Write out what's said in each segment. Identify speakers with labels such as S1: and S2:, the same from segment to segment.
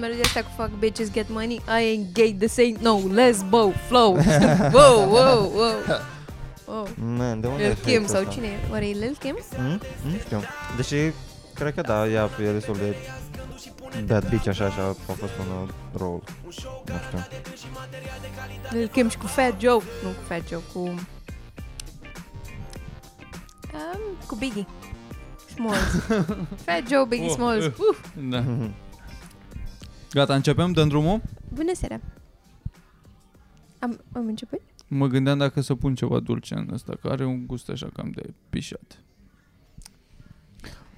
S1: melodia asta cu fuck bitches get money, I ain't gay, this ain't no lesbo, flow. wow, wow, wow. Wow.
S2: Man, de unde
S1: Lil
S2: ai
S1: Kim
S2: știut
S1: sau
S2: asta?
S1: cine e? Oare e Lil Kim?
S2: Mm? Nu știu. Deși, cred că da, ea e destul de bad bitch, așa, așa, a fost un uh, rol. Nu știu.
S1: Lil Kim și cu Fat Joe. Nu cu Fat Joe, cu... Um, cu Biggie. Smalls. Fat Joe, Biggie
S3: Oh,
S1: Smalls.
S3: uh.
S1: Uh,
S3: Da. Gata, începem, dăm drumul.
S1: bună seara. Am, am început?
S3: Mă gândeam dacă să pun ceva dulce în ăsta, că are un gust așa cam de pișat.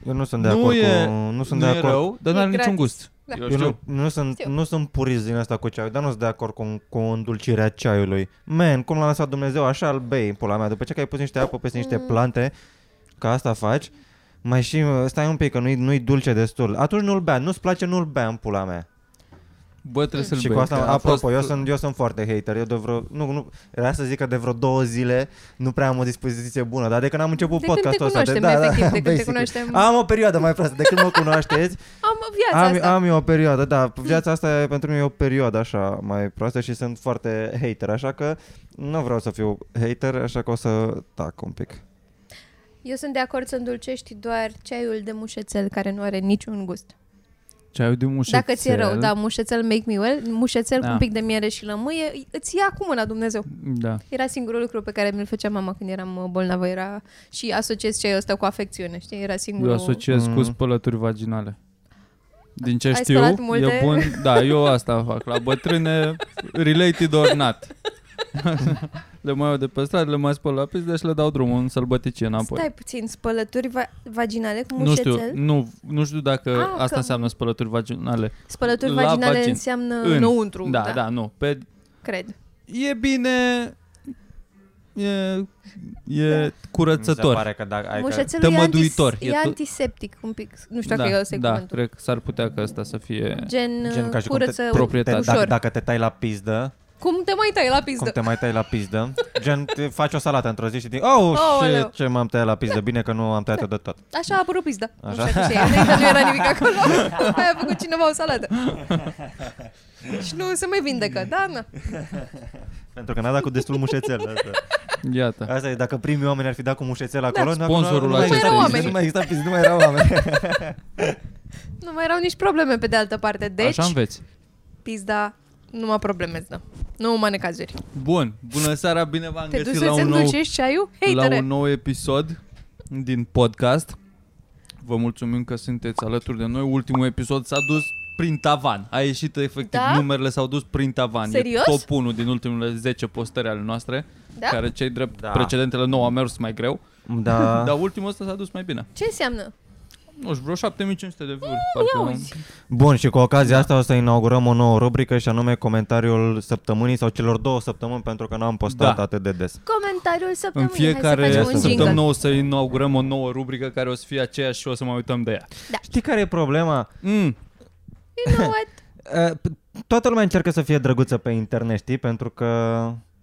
S2: Eu nu sunt de
S3: Nu
S2: acord
S3: e-
S2: cu... Nu sunt
S3: nu
S2: de
S3: e
S2: acord.
S3: rău, dar nu
S1: E
S3: are niciun
S1: gratis.
S3: gust.
S1: Da.
S3: Eu
S2: Eu
S3: știu.
S2: nu, nu, sunt,
S1: Știu.
S2: nu sunt purist din asta cu ceaiul, dar nu sunt de acord cu, cu îndulcirea ceaiului. Man, cum l-a lăsat Dumnezeu, așa îl bei în pula mea. După ce că ai pus niște apă peste niște
S1: Mm.
S2: plante, ca asta faci, mai și uh, stai un pic că nu-i, nu-i dulce destul. Atunci nu-l bea, nu-ți place, nu-l bea în pula mea.
S3: Bă, trebuie să-l
S2: Și
S3: bei,
S2: cu asta,
S3: că a
S2: apropo,
S3: fost-
S2: eu, sunt, eu sunt foarte hater. Eu de vreo, nu, nu, era să zic că de vreo două zile nu prea am o dispoziție bună, dar de când am început
S1: De când te
S2: podcastul ăsta...
S1: cunoaștem, efectiv, de când te
S2: basically.
S1: cunoaștem.
S2: Am o perioadă mai proastă, de când mă cunoașteți,
S1: Am viața
S2: am,
S1: asta.
S2: am eu o perioadă, da, viața asta e pentru mine e o perioadă așa mai proastă și sunt foarte hater, așa că nu vreau să fiu hater, așa că o să tac un pic.
S1: Eu sunt de acord să îndulcești doar ceaiul de mușețel care nu are niciun gust.
S3: Ceaiul de mușețel.
S1: Dacă ți-e rău, da, mușețel make me well, mușețel
S3: Da.
S1: cu un pic de miere și lămâie, îi- îți ia cu mâna Dumnezeu.
S3: Da.
S1: Era singurul lucru pe care mi-l făcea mama când eram uh, bolnavă, era și asociez ceaiul ăsta cu afecțiune, știi? Era
S3: Eu
S1: singurul.
S3: asociez cu
S2: Mm.
S3: spălături vaginale. Din ce
S1: Ai
S3: știu,
S1: spălat multe?
S3: e bun. Da, eu asta fac. La bătrâne, related or not. le mai iau de pe stradă, le mai spăl la pizdă și le dau drumul în sălbăticie înapoi.
S1: Stai puțin, spălături va- vaginale cu
S3: nu
S1: mușețel?
S3: știu, nu, nu știu dacă
S1: Ah,
S3: asta
S1: că-
S3: înseamnă spălături vaginale.
S1: Spălături
S3: La
S1: vaginale
S3: vagin.
S1: înseamnă
S3: În.
S1: înăuntru,
S3: da, da, nu. Pe,
S1: cred.
S3: e bine... E,
S1: Da.
S3: e
S2: Mi se
S3: curățător.
S2: pare că dacă ai că...
S1: Mușețelul e,
S3: tămăduitor,
S1: antis-
S3: e
S1: e,
S3: tot-
S1: antiseptic un pic, nu știu dacă
S3: da,
S1: e ăsta e
S3: da,
S1: cuvântul.
S3: cred că s-ar putea că asta să fie...
S1: Gen,
S2: Gen ca și cum te-
S1: curăță
S2: Te,
S3: proprietate.
S2: dacă,
S1: ușor.
S2: dacă te tai la pizdă,
S1: Cum te mai tai la
S2: cum
S1: pizdă?
S2: te mai tai la pizdă, gen te faci o salată într-o zi și zici, oh,
S1: Aoleu.
S2: oh ce m-am tăiat la pizdă, bine că nu am tăiat-o de tot.
S1: Așa a apărut pizda.
S2: Așa.
S1: Așa. Nu știu ce e, înainte nu era nimic acolo. Aia a făcut cineva o salată. Și nu se mai vindecă, da, na.
S2: Pentru că n-a dat cu destul mușețel. Asta.
S3: Iată.
S2: asta e, dacă primii oameni ar fi dat cu mușețel acolo, nu-
S3: Da. Sponsorul
S2: nu, mai exista
S3: acestei
S1: zile.
S2: pizdă, nu mai exista pizdă, nu mai erau oameni.
S1: Nu mai erau nici probleme pe de altă parte. Deci,
S3: Așa înveți.
S1: pizda numai probleme îți dă. da. Nu numai necazuri.
S3: Bun, bună seara, bine v-am
S1: Te duci
S3: găsit la
S1: să-ți
S3: un, nou,
S1: îndulcești ceaiul? Hei,
S3: la
S1: tăre!
S3: un nou episod din podcast. Vă mulțumim că sunteți alături de noi. Ultimul episod s-a dus prin tavan. A ieșit efectiv,
S1: Da?
S3: numerele s-au dus prin tavan.
S1: Serios?
S3: E top 1 din ultimele 10 postări ale noastre,
S1: Da?
S3: care cei drept
S2: Da.
S3: precedentele 9 a mers mai greu,
S2: Da.
S3: dar ultimul ăsta s-a dus mai bine.
S1: Ce înseamnă?
S3: Nu știu, vreo 7500 de view-uri.
S1: Mm, Ia
S3: parcă
S1: uzi.
S2: Bun, și cu ocazia asta o să inaugurăm o nouă rubrică și anume comentariul săptămânii sau celor două săptămâni pentru că n-am postat
S3: Da.
S2: atât de des.
S1: Comentariul
S3: în
S1: săptămânii. Hai să
S3: fiecare
S1: facem un jingle.
S3: săptămână o să inaugurăm o nouă rubrică care o să fie aceeași și o să mai uităm de ea.
S2: Știi care e problema?
S3: Mm.
S1: You know what?
S2: Uh, p- Toată lumea încearcă să fie drăguță pe internet, știi? Pentru că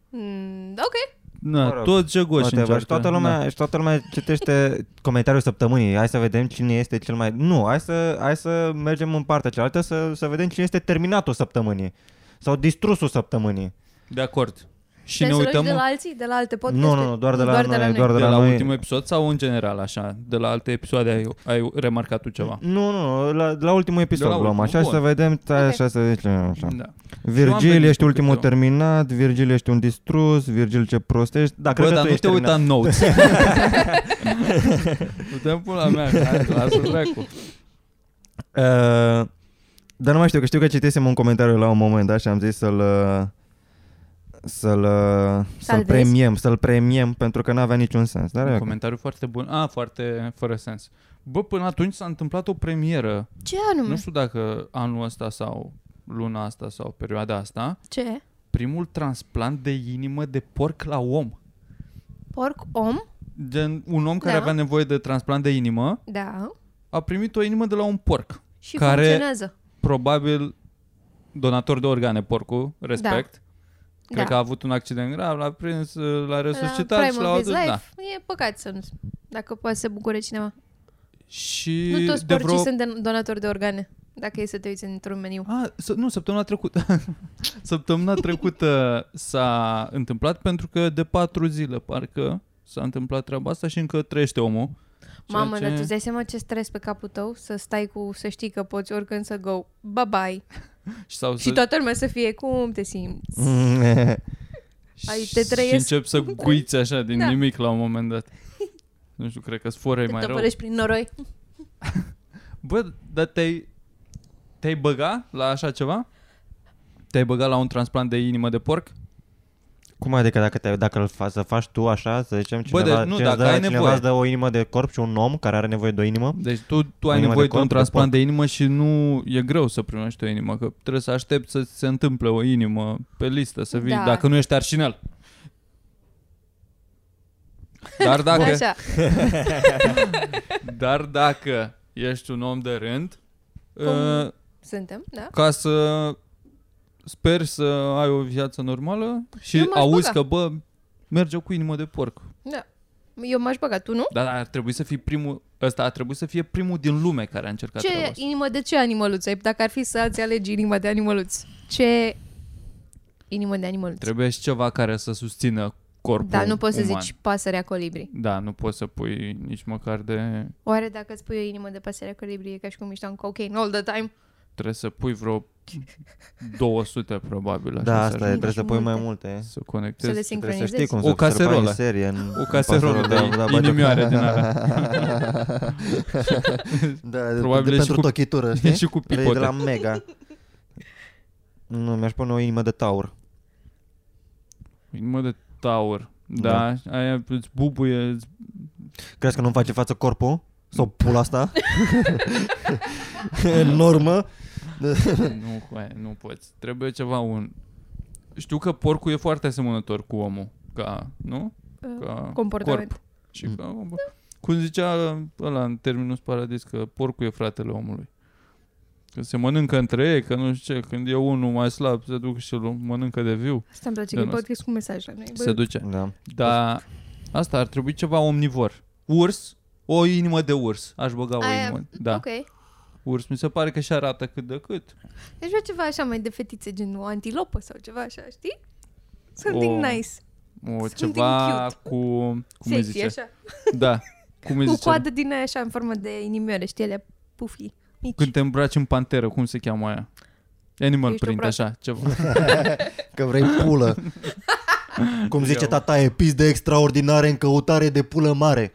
S1: Mm, ok.
S2: Mă
S3: Da,
S2: rog,
S3: tot jăgoși
S2: whatever,
S3: încearcă.
S2: și toată lumea,
S3: Da.
S2: și toată lumea citește comentariul săptămânii. Hai să vedem cine este cel mai... Nu, hai să, hai să mergem în partea cealaltă să, să vedem cine este terminatul săptămânii. Sau distrusul săptămânii.
S3: De acord. Și
S1: Te
S3: ne
S1: însurești
S3: uităm
S1: de la alții, de la alte
S2: Nu,
S1: podcasturi?
S2: nu, nu, doar de la, noi, doar de
S3: de
S2: la,
S3: la
S2: noi.
S3: ultimul episod sau în general așa? De la alte episoade ai, ai remarcat tu ceva?
S2: Nu, nu, nu, la, la ultimul episod
S3: la
S2: la luăm, așa
S3: ultimul, bun.
S2: să vedem, tai,
S1: Ok.
S2: așa să zicem, așa.
S3: Da. Eu am
S2: Virgil,
S3: venit
S2: ești
S3: cu
S2: ultimul
S3: câteva.
S2: terminat, Virgil, ești un distrus, Virgil, ce prost ești. Da, cred
S3: Bă,
S2: că
S3: dar
S2: tu
S3: nu
S2: ești
S3: te uita
S2: terminat.
S3: în notes. Putem pula mea, hai, lasă dracu.
S2: Uh, dar nu mai știu, că știu că citesem un comentariu la un moment, da, și am zis să-l... uh, Să-l, uh, să-l
S1: Salvezi?
S2: premiem, să-l premiem, pentru că n-avea niciun sens. Dar
S3: Un
S2: e ok.
S3: comentariu foarte bun. Ah, foarte fără sens. Bă, până atunci s-a întâmplat o premieră.
S1: Ce anume?
S3: Nu știu dacă anul ăsta sau luna asta sau perioada asta.
S1: Ce?
S3: Primul transplant de inimă de porc la om.
S1: Porc om?
S3: Gen, un om care
S1: Da.
S3: avea nevoie de transplant de inimă
S1: Da.
S3: a primit o inimă de la un porc.
S1: Și
S3: Care-
S1: funcționează.
S3: Probabil donator de organe, porcul, respect. Cred
S1: da.
S3: că a avut un accident grav, l-a prins, l-a resuscitat
S1: la
S3: și
S1: prime
S3: l-a
S1: of his
S3: adus.
S1: life.
S3: Da.
S1: E păcat să nu... Dacă poate să se bucure cineva.
S3: Și
S1: nu toți
S3: de
S1: porcii
S3: vreo
S1: sunt de- donatori de organe. Dacă e să te uiți într-un meniu.
S3: A, să, nu, săptămâna trecută. săptămâna trecută s-a întâmplat pentru că de patru zile parcă s-a întâmplat treaba asta și încă trăiește omul. Ceea
S1: Mamă, dar tu îți dai seama ce stres pe capul tău să stai cu, să știi că poți oricând să go, bye-bye.
S3: și, sau
S1: Și toată lumea să fie, cum te
S3: Mm.
S1: simți? Ai, te
S3: Și
S1: trăiesc.
S3: încep să guiți așa din
S1: Da.
S3: nimic la un moment dat. Nu știu, cred că sforei Păi mai
S1: Te
S3: rău.
S1: topărești prin noroi?
S3: Bă, dar te-ai, te-ai băga la așa ceva? Te-ai băga la un transplant de inimă de porc?
S2: Cum adică dacă, te, dacă îl fa, să faci tu așa, să zicem cineva,
S3: deci nu,
S2: ce-ți
S3: dacă
S2: dă,
S3: ai
S2: cineva
S3: nevoie.
S2: îți dă o inimă de corp și un om care are nevoie de o inimă,
S3: Deci tu, tu ai
S2: Inimă
S3: nevoie
S2: de
S3: de,
S2: corp, de
S3: un transplant
S2: porc.
S3: de, inimă și nu e greu să primești o inimă, că trebuie să aștepți să ți se întâmple o inimă pe listă, să vii,
S1: Da.
S3: dacă nu ești arșinel. Dar dacă,
S1: Așa.
S3: dar dacă ești un om de rând,
S1: Cum?
S3: uh,
S1: Suntem, da?
S3: ca să sper să ai o viață normală
S1: Eu
S3: și
S1: m-aș
S3: auzi
S1: băga.
S3: că, bă, merge cu inimă de porc.
S1: Da. Eu m-aș băga, tu nu?
S3: Dar ar trebui să fii primul, ăsta ar trebui să fie primul din lume care a încercat treaba
S1: Ce
S3: asta.
S1: inimă de ce animăluț ai? Dacă ar fi să-ți alegi inima de animăluț, ce inimă de animăluț?
S3: Trebuie și ceva care să susțină corpul
S1: Dar Da, nu poți să
S3: uman.
S1: zici pasărea colibri.
S3: Da, nu poți să pui nici măcar de...
S1: Oare dacă îți pui o inimă de pasărea colibri, e ca și cum ești un cocaine all the time?
S3: Trebuie să pui vreo 200 probabil. Așa
S2: da,
S3: să
S2: asta e,
S3: ajungi
S2: trebuie să pui mai multe.
S3: Să
S1: Să le
S2: Trebuie
S3: conectezi.
S2: să
S1: sincronizezi?
S2: știi cum
S3: O
S2: să observi
S3: caserolă.
S2: în serie. În,
S3: O caserolă de inimioare din alea.
S2: Da,
S3: Probabil
S2: de,
S3: e și
S2: pentru
S3: cu-
S2: tochitură,
S3: E
S2: știi?
S3: și cu
S2: Trei de
S3: pipote.
S2: la Mega. Nu, mi-aș pune o inimă de taur.
S3: Inimă de taur. Da, aia îți bubuie, îți
S2: Crezi că nu-mi face față corpul? Sau pula asta? Enormă.
S3: nu, coaie, nu poți. Trebuie ceva un... Știu că porcul e foarte asemănător cu omul, ca, nu? Ca
S1: Uh, Comportament.
S3: corp. Și
S1: Mm.
S3: ca, cum zicea ăla în terminus paradis, că porcul e fratele omului. Că se mănâncă între ei, că nu știu ce, când e unul mai slab, se duc și îl mănâncă de viu,
S1: Asta îmi place
S3: Da,
S1: că e
S3: nu.
S1: podcast cu mesaj la noi. Bă,
S3: se duce.
S2: Da.
S3: Dar asta ar trebui ceva omnivor. Urs, o inimă de urs. Aș băga o
S1: Aia,
S3: inimă. Da,
S1: Ok.
S3: urs. Mi se pare că și arată cât de cât.
S1: Deci vrea ceva așa mai de fetițe, gen o antilopă sau ceva așa, știi? Something
S3: Something O-
S1: nice.
S3: O,
S1: Something
S3: ceva cu... Oh, Cum îi
S1: Sexy,
S3: zice?
S1: așa.
S3: Da. Cum îi
S1: Cu
S3: zice?
S1: coadă din aia așa, în formă de inimioare, știi, alea pufi, mici.
S3: Când te îmbraci în panteră, cum se cheamă aia? Animal
S1: Ești o
S3: print,
S1: proastă.
S3: așa, ceva.
S2: Că vrei pulă. Cum zice
S3: Eu.
S2: tata e pis de extraordinare în căutare de pulă mare.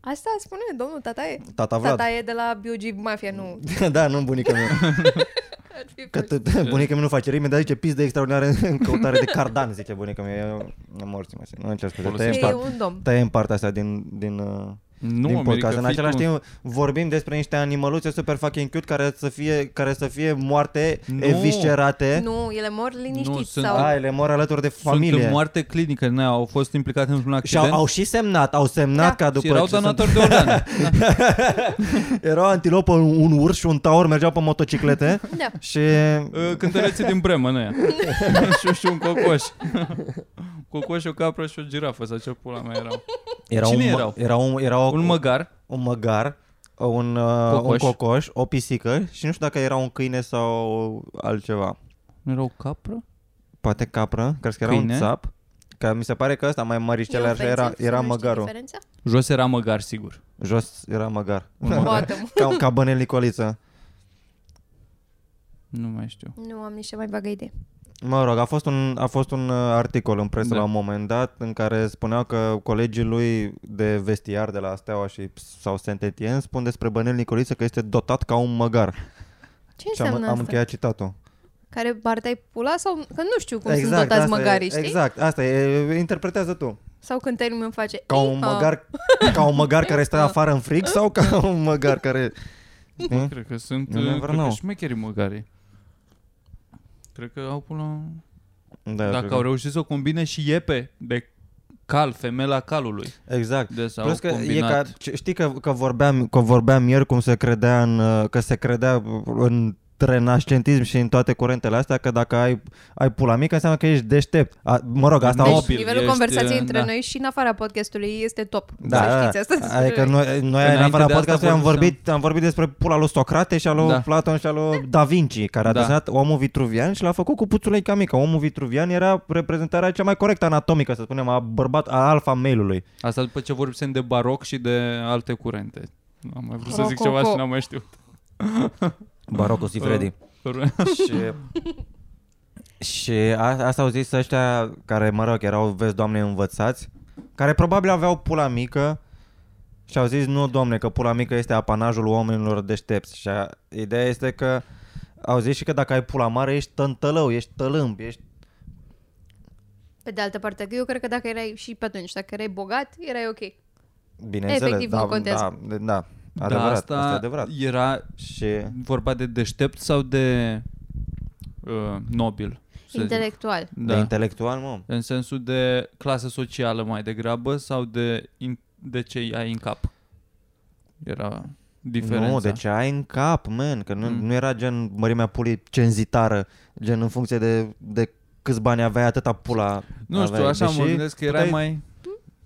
S1: Asta spune domnul Tataie.
S2: Tata Vlad.
S1: Tataie de la Biugi Mafia, nu.
S2: da, nu bunica mea.
S1: Ar fi
S2: Că
S1: fost.
S2: t- t- bunica mea nu face rime, dar zice pis de extraordinare în căutare de cardan, zice bunica mea. Eu am morți, mă, nu încerc să
S3: Folosește.
S2: tăiem,
S1: E
S2: par-
S1: un domn.
S2: tăiem partea asta din, din, uh,
S3: Nu,
S2: din
S3: America,
S2: podcast. În
S3: fii
S2: același
S3: tu.
S2: timp vorbim despre niște animăluțe super fucking cute care să fie, care să fie moarte,
S3: Nu.
S2: eviscerate.
S1: Nu, ele mor liniștiți
S3: sunt-
S1: sau...
S2: Da, ele mor alături de
S3: Sunt
S2: familie.
S3: în moarte clinică, nu, au fost implicați într-un
S2: Și
S3: accident.
S2: au, au și semnat, au semnat
S1: Da.
S2: ca după
S3: și erau
S2: ce sunt-
S3: donatori de organe.
S2: Era o antilopă, un urs și un taur mergeau pe motociclete
S1: Da.
S2: și
S3: Uh, Cântăreții din Bremă, nu și, și un cocoș. cocoș, o capră și o girafă, sau ce pula mea erau.
S2: era
S3: Cine
S2: un, mă-
S3: erau?
S2: Era un, era o,
S3: Un măgar.
S2: un măgar, un, uh, un
S3: Cocoș.
S2: cocoș, o pisică și nu știu dacă era un câine sau altceva.
S3: Nu era o capră?
S2: Poate capră, crezi că era
S3: Câine?
S2: un țap? Că mi se pare că ăsta mai măriștele
S1: E
S2: așa era,
S1: ofensiv să
S2: era
S1: nu știi
S2: măgarul.
S1: diferența?
S3: Jos era măgar, sigur.
S2: Jos era măgar.
S1: Poate, mă.
S2: ca, ca bănel Nicoliță.
S3: Nu mai știu.
S1: Nu am nici cea mai bagă idee.
S2: Mă rog, a fost un, a fost un uh, articol în presă
S3: Da.
S2: da. la un moment dat în care spunea că colegii lui de vestiar de la Steaua și sau Saint-Étienne spun despre Bănel Nicoliță că este dotat ca un măgar.
S1: Ce
S2: Și am,
S1: înseamnă
S2: am
S1: asta?
S2: încheiat citatul.
S1: Care parte ai pula sau... Că nu știu cum sunt Exact, totați
S2: asta e-
S1: măgarii, știi?
S2: Exact, asta e, interpretează tu.
S1: Sau când termin îmi face...
S2: Ca un
S1: "Ii, a,
S2: măgar, ca un măgar care stă afară în frig sau ca un măgar care... Știi?
S3: Cred că sunt
S2: You
S3: uh,
S2: never
S3: cred că
S2: know.
S3: șmecherii măgarii. Cred că au pula...
S2: Da, eu cred
S3: Dacă
S2: că-
S3: au reușit să o combine și iepe de cal, femela calului.
S2: Exact.
S3: De sau
S2: Plus că e
S3: combinat.
S2: ca, ce- știi că, că, vorbeam, că vorbeam ieri cum se credea în, uh, că se credea în renascentism și în toate curentele astea că dacă ai, ai pula mică înseamnă că ești deștept. A, mă rog, asta
S3: Deci,
S2: o...
S1: Deci,
S3: Nobil,
S1: nivelul
S3: ești,
S1: conversației
S3: uh,
S1: între
S3: da.
S1: noi și în afara podcastului este top.
S2: Da,
S1: să
S2: da,
S1: știți asta.
S2: da. Adică noi, noi în
S3: Înainte
S2: afara
S3: de asta
S2: podcastului am
S3: vorbeam.
S2: vorbit, am vorbit despre pula lui Socrate și a lui
S3: Da.
S2: da. Platon și a lui Da Vinci, care a
S3: Da.
S2: desenat omul vitruvian și l-a făcut cu puțuleica mică. Omul vitruvian era reprezentarea cea mai corectă anatomică, să spunem, a bărbat, a alfa mailului.
S3: Asta după ce vorbim de baroc și de alte curente. Nu am mai vrut să
S1: Rococo.
S3: zic ceva și n-am mai știut.
S2: Barocul si
S3: Uh,
S2: Freddy. și și a, asta au zis ăștia care, mă rog, erau, vezi, doamne, învățați, care probabil aveau pula mică și au zis, nu, domne, că pula mică este apanajul oamenilor deștepți. Și a, ideea este că au zis și că dacă ai pula mare, ești tântălău, ești tălâmb, ești...
S1: Pe de altă parte, că eu cred că dacă erai și pe atunci, dacă erai bogat, erai ok.
S2: Bineînțeles,
S1: Efectiv, nu
S2: da, da,
S1: contează.
S2: da, da, adevărat,
S3: asta, Da.
S2: asta e adevărat.
S3: era
S2: Și
S3: vorba de deștept sau de uh, nobil? să zic.
S1: Intelectual.
S2: da. de intelectual, mă,
S3: În sensul de clasă socială mai degrabă sau de, in, de ce ai în cap? Era diferența.
S2: Nu, deci ai în cap, man, că nu,
S3: Mm.
S2: mm. nu era gen mărimea pulii cenzitară, gen în funcție de, de câți bani aveai, atâta pula
S3: nu știu,
S2: aveai.
S3: așa mă
S2: Deși
S3: gândesc că era
S2: puteai-
S3: mai,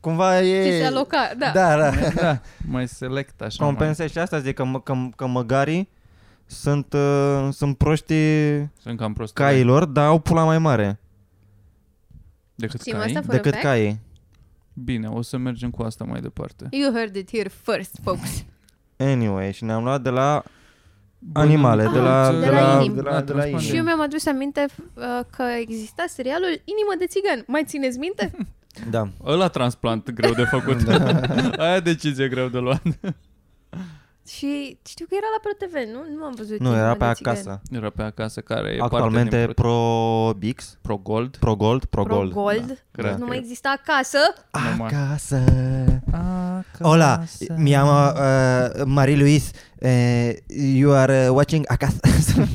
S2: Cumva e...
S1: Ți se aloca, da.
S2: Da, da.
S3: da, mai select așa. Mai.
S2: Compensa și asta zic că, mă- că, că măgarii sunt, uh, sunt proștii
S3: Sunt cam prost.
S2: cailor, dar au pula mai mare
S3: Decât
S1: Știm
S3: cai.
S1: asta? Fără
S2: decât
S1: bec?
S2: caii.
S3: Bine, o să mergem cu asta mai departe.
S1: You heard it here first, folks.
S2: Anyway, și ne-am luat de la animale, de la,
S1: Ah, de la inimi.
S2: de la, de la inimi.
S1: și eu mi-am adus aminte uh, că exista serialul Inimă de țigan. Mai țineți minte?
S2: Da.
S3: Ăla transplant greu de făcut. Aia decizie greu de luat.
S1: Și știu că era la ProTV, nu? Nu am văzut
S2: Nu,
S1: Inimă
S2: era
S1: de
S2: pe
S1: țigan.
S2: acasă.
S3: Era pe acasă care e
S2: Actualmente
S3: parte din
S2: pro Bix,
S3: pro, pro Gold.
S2: pro Gold, pro,
S1: Pro
S2: Gold.
S1: Gold.
S3: da,
S1: Deci
S3: cred
S1: nu
S3: că-
S1: mai exista acasă.
S3: Numai.
S2: Acasă. Hola, mi llamo uh, Marie Luis. Uh, you are uh, watching acasă.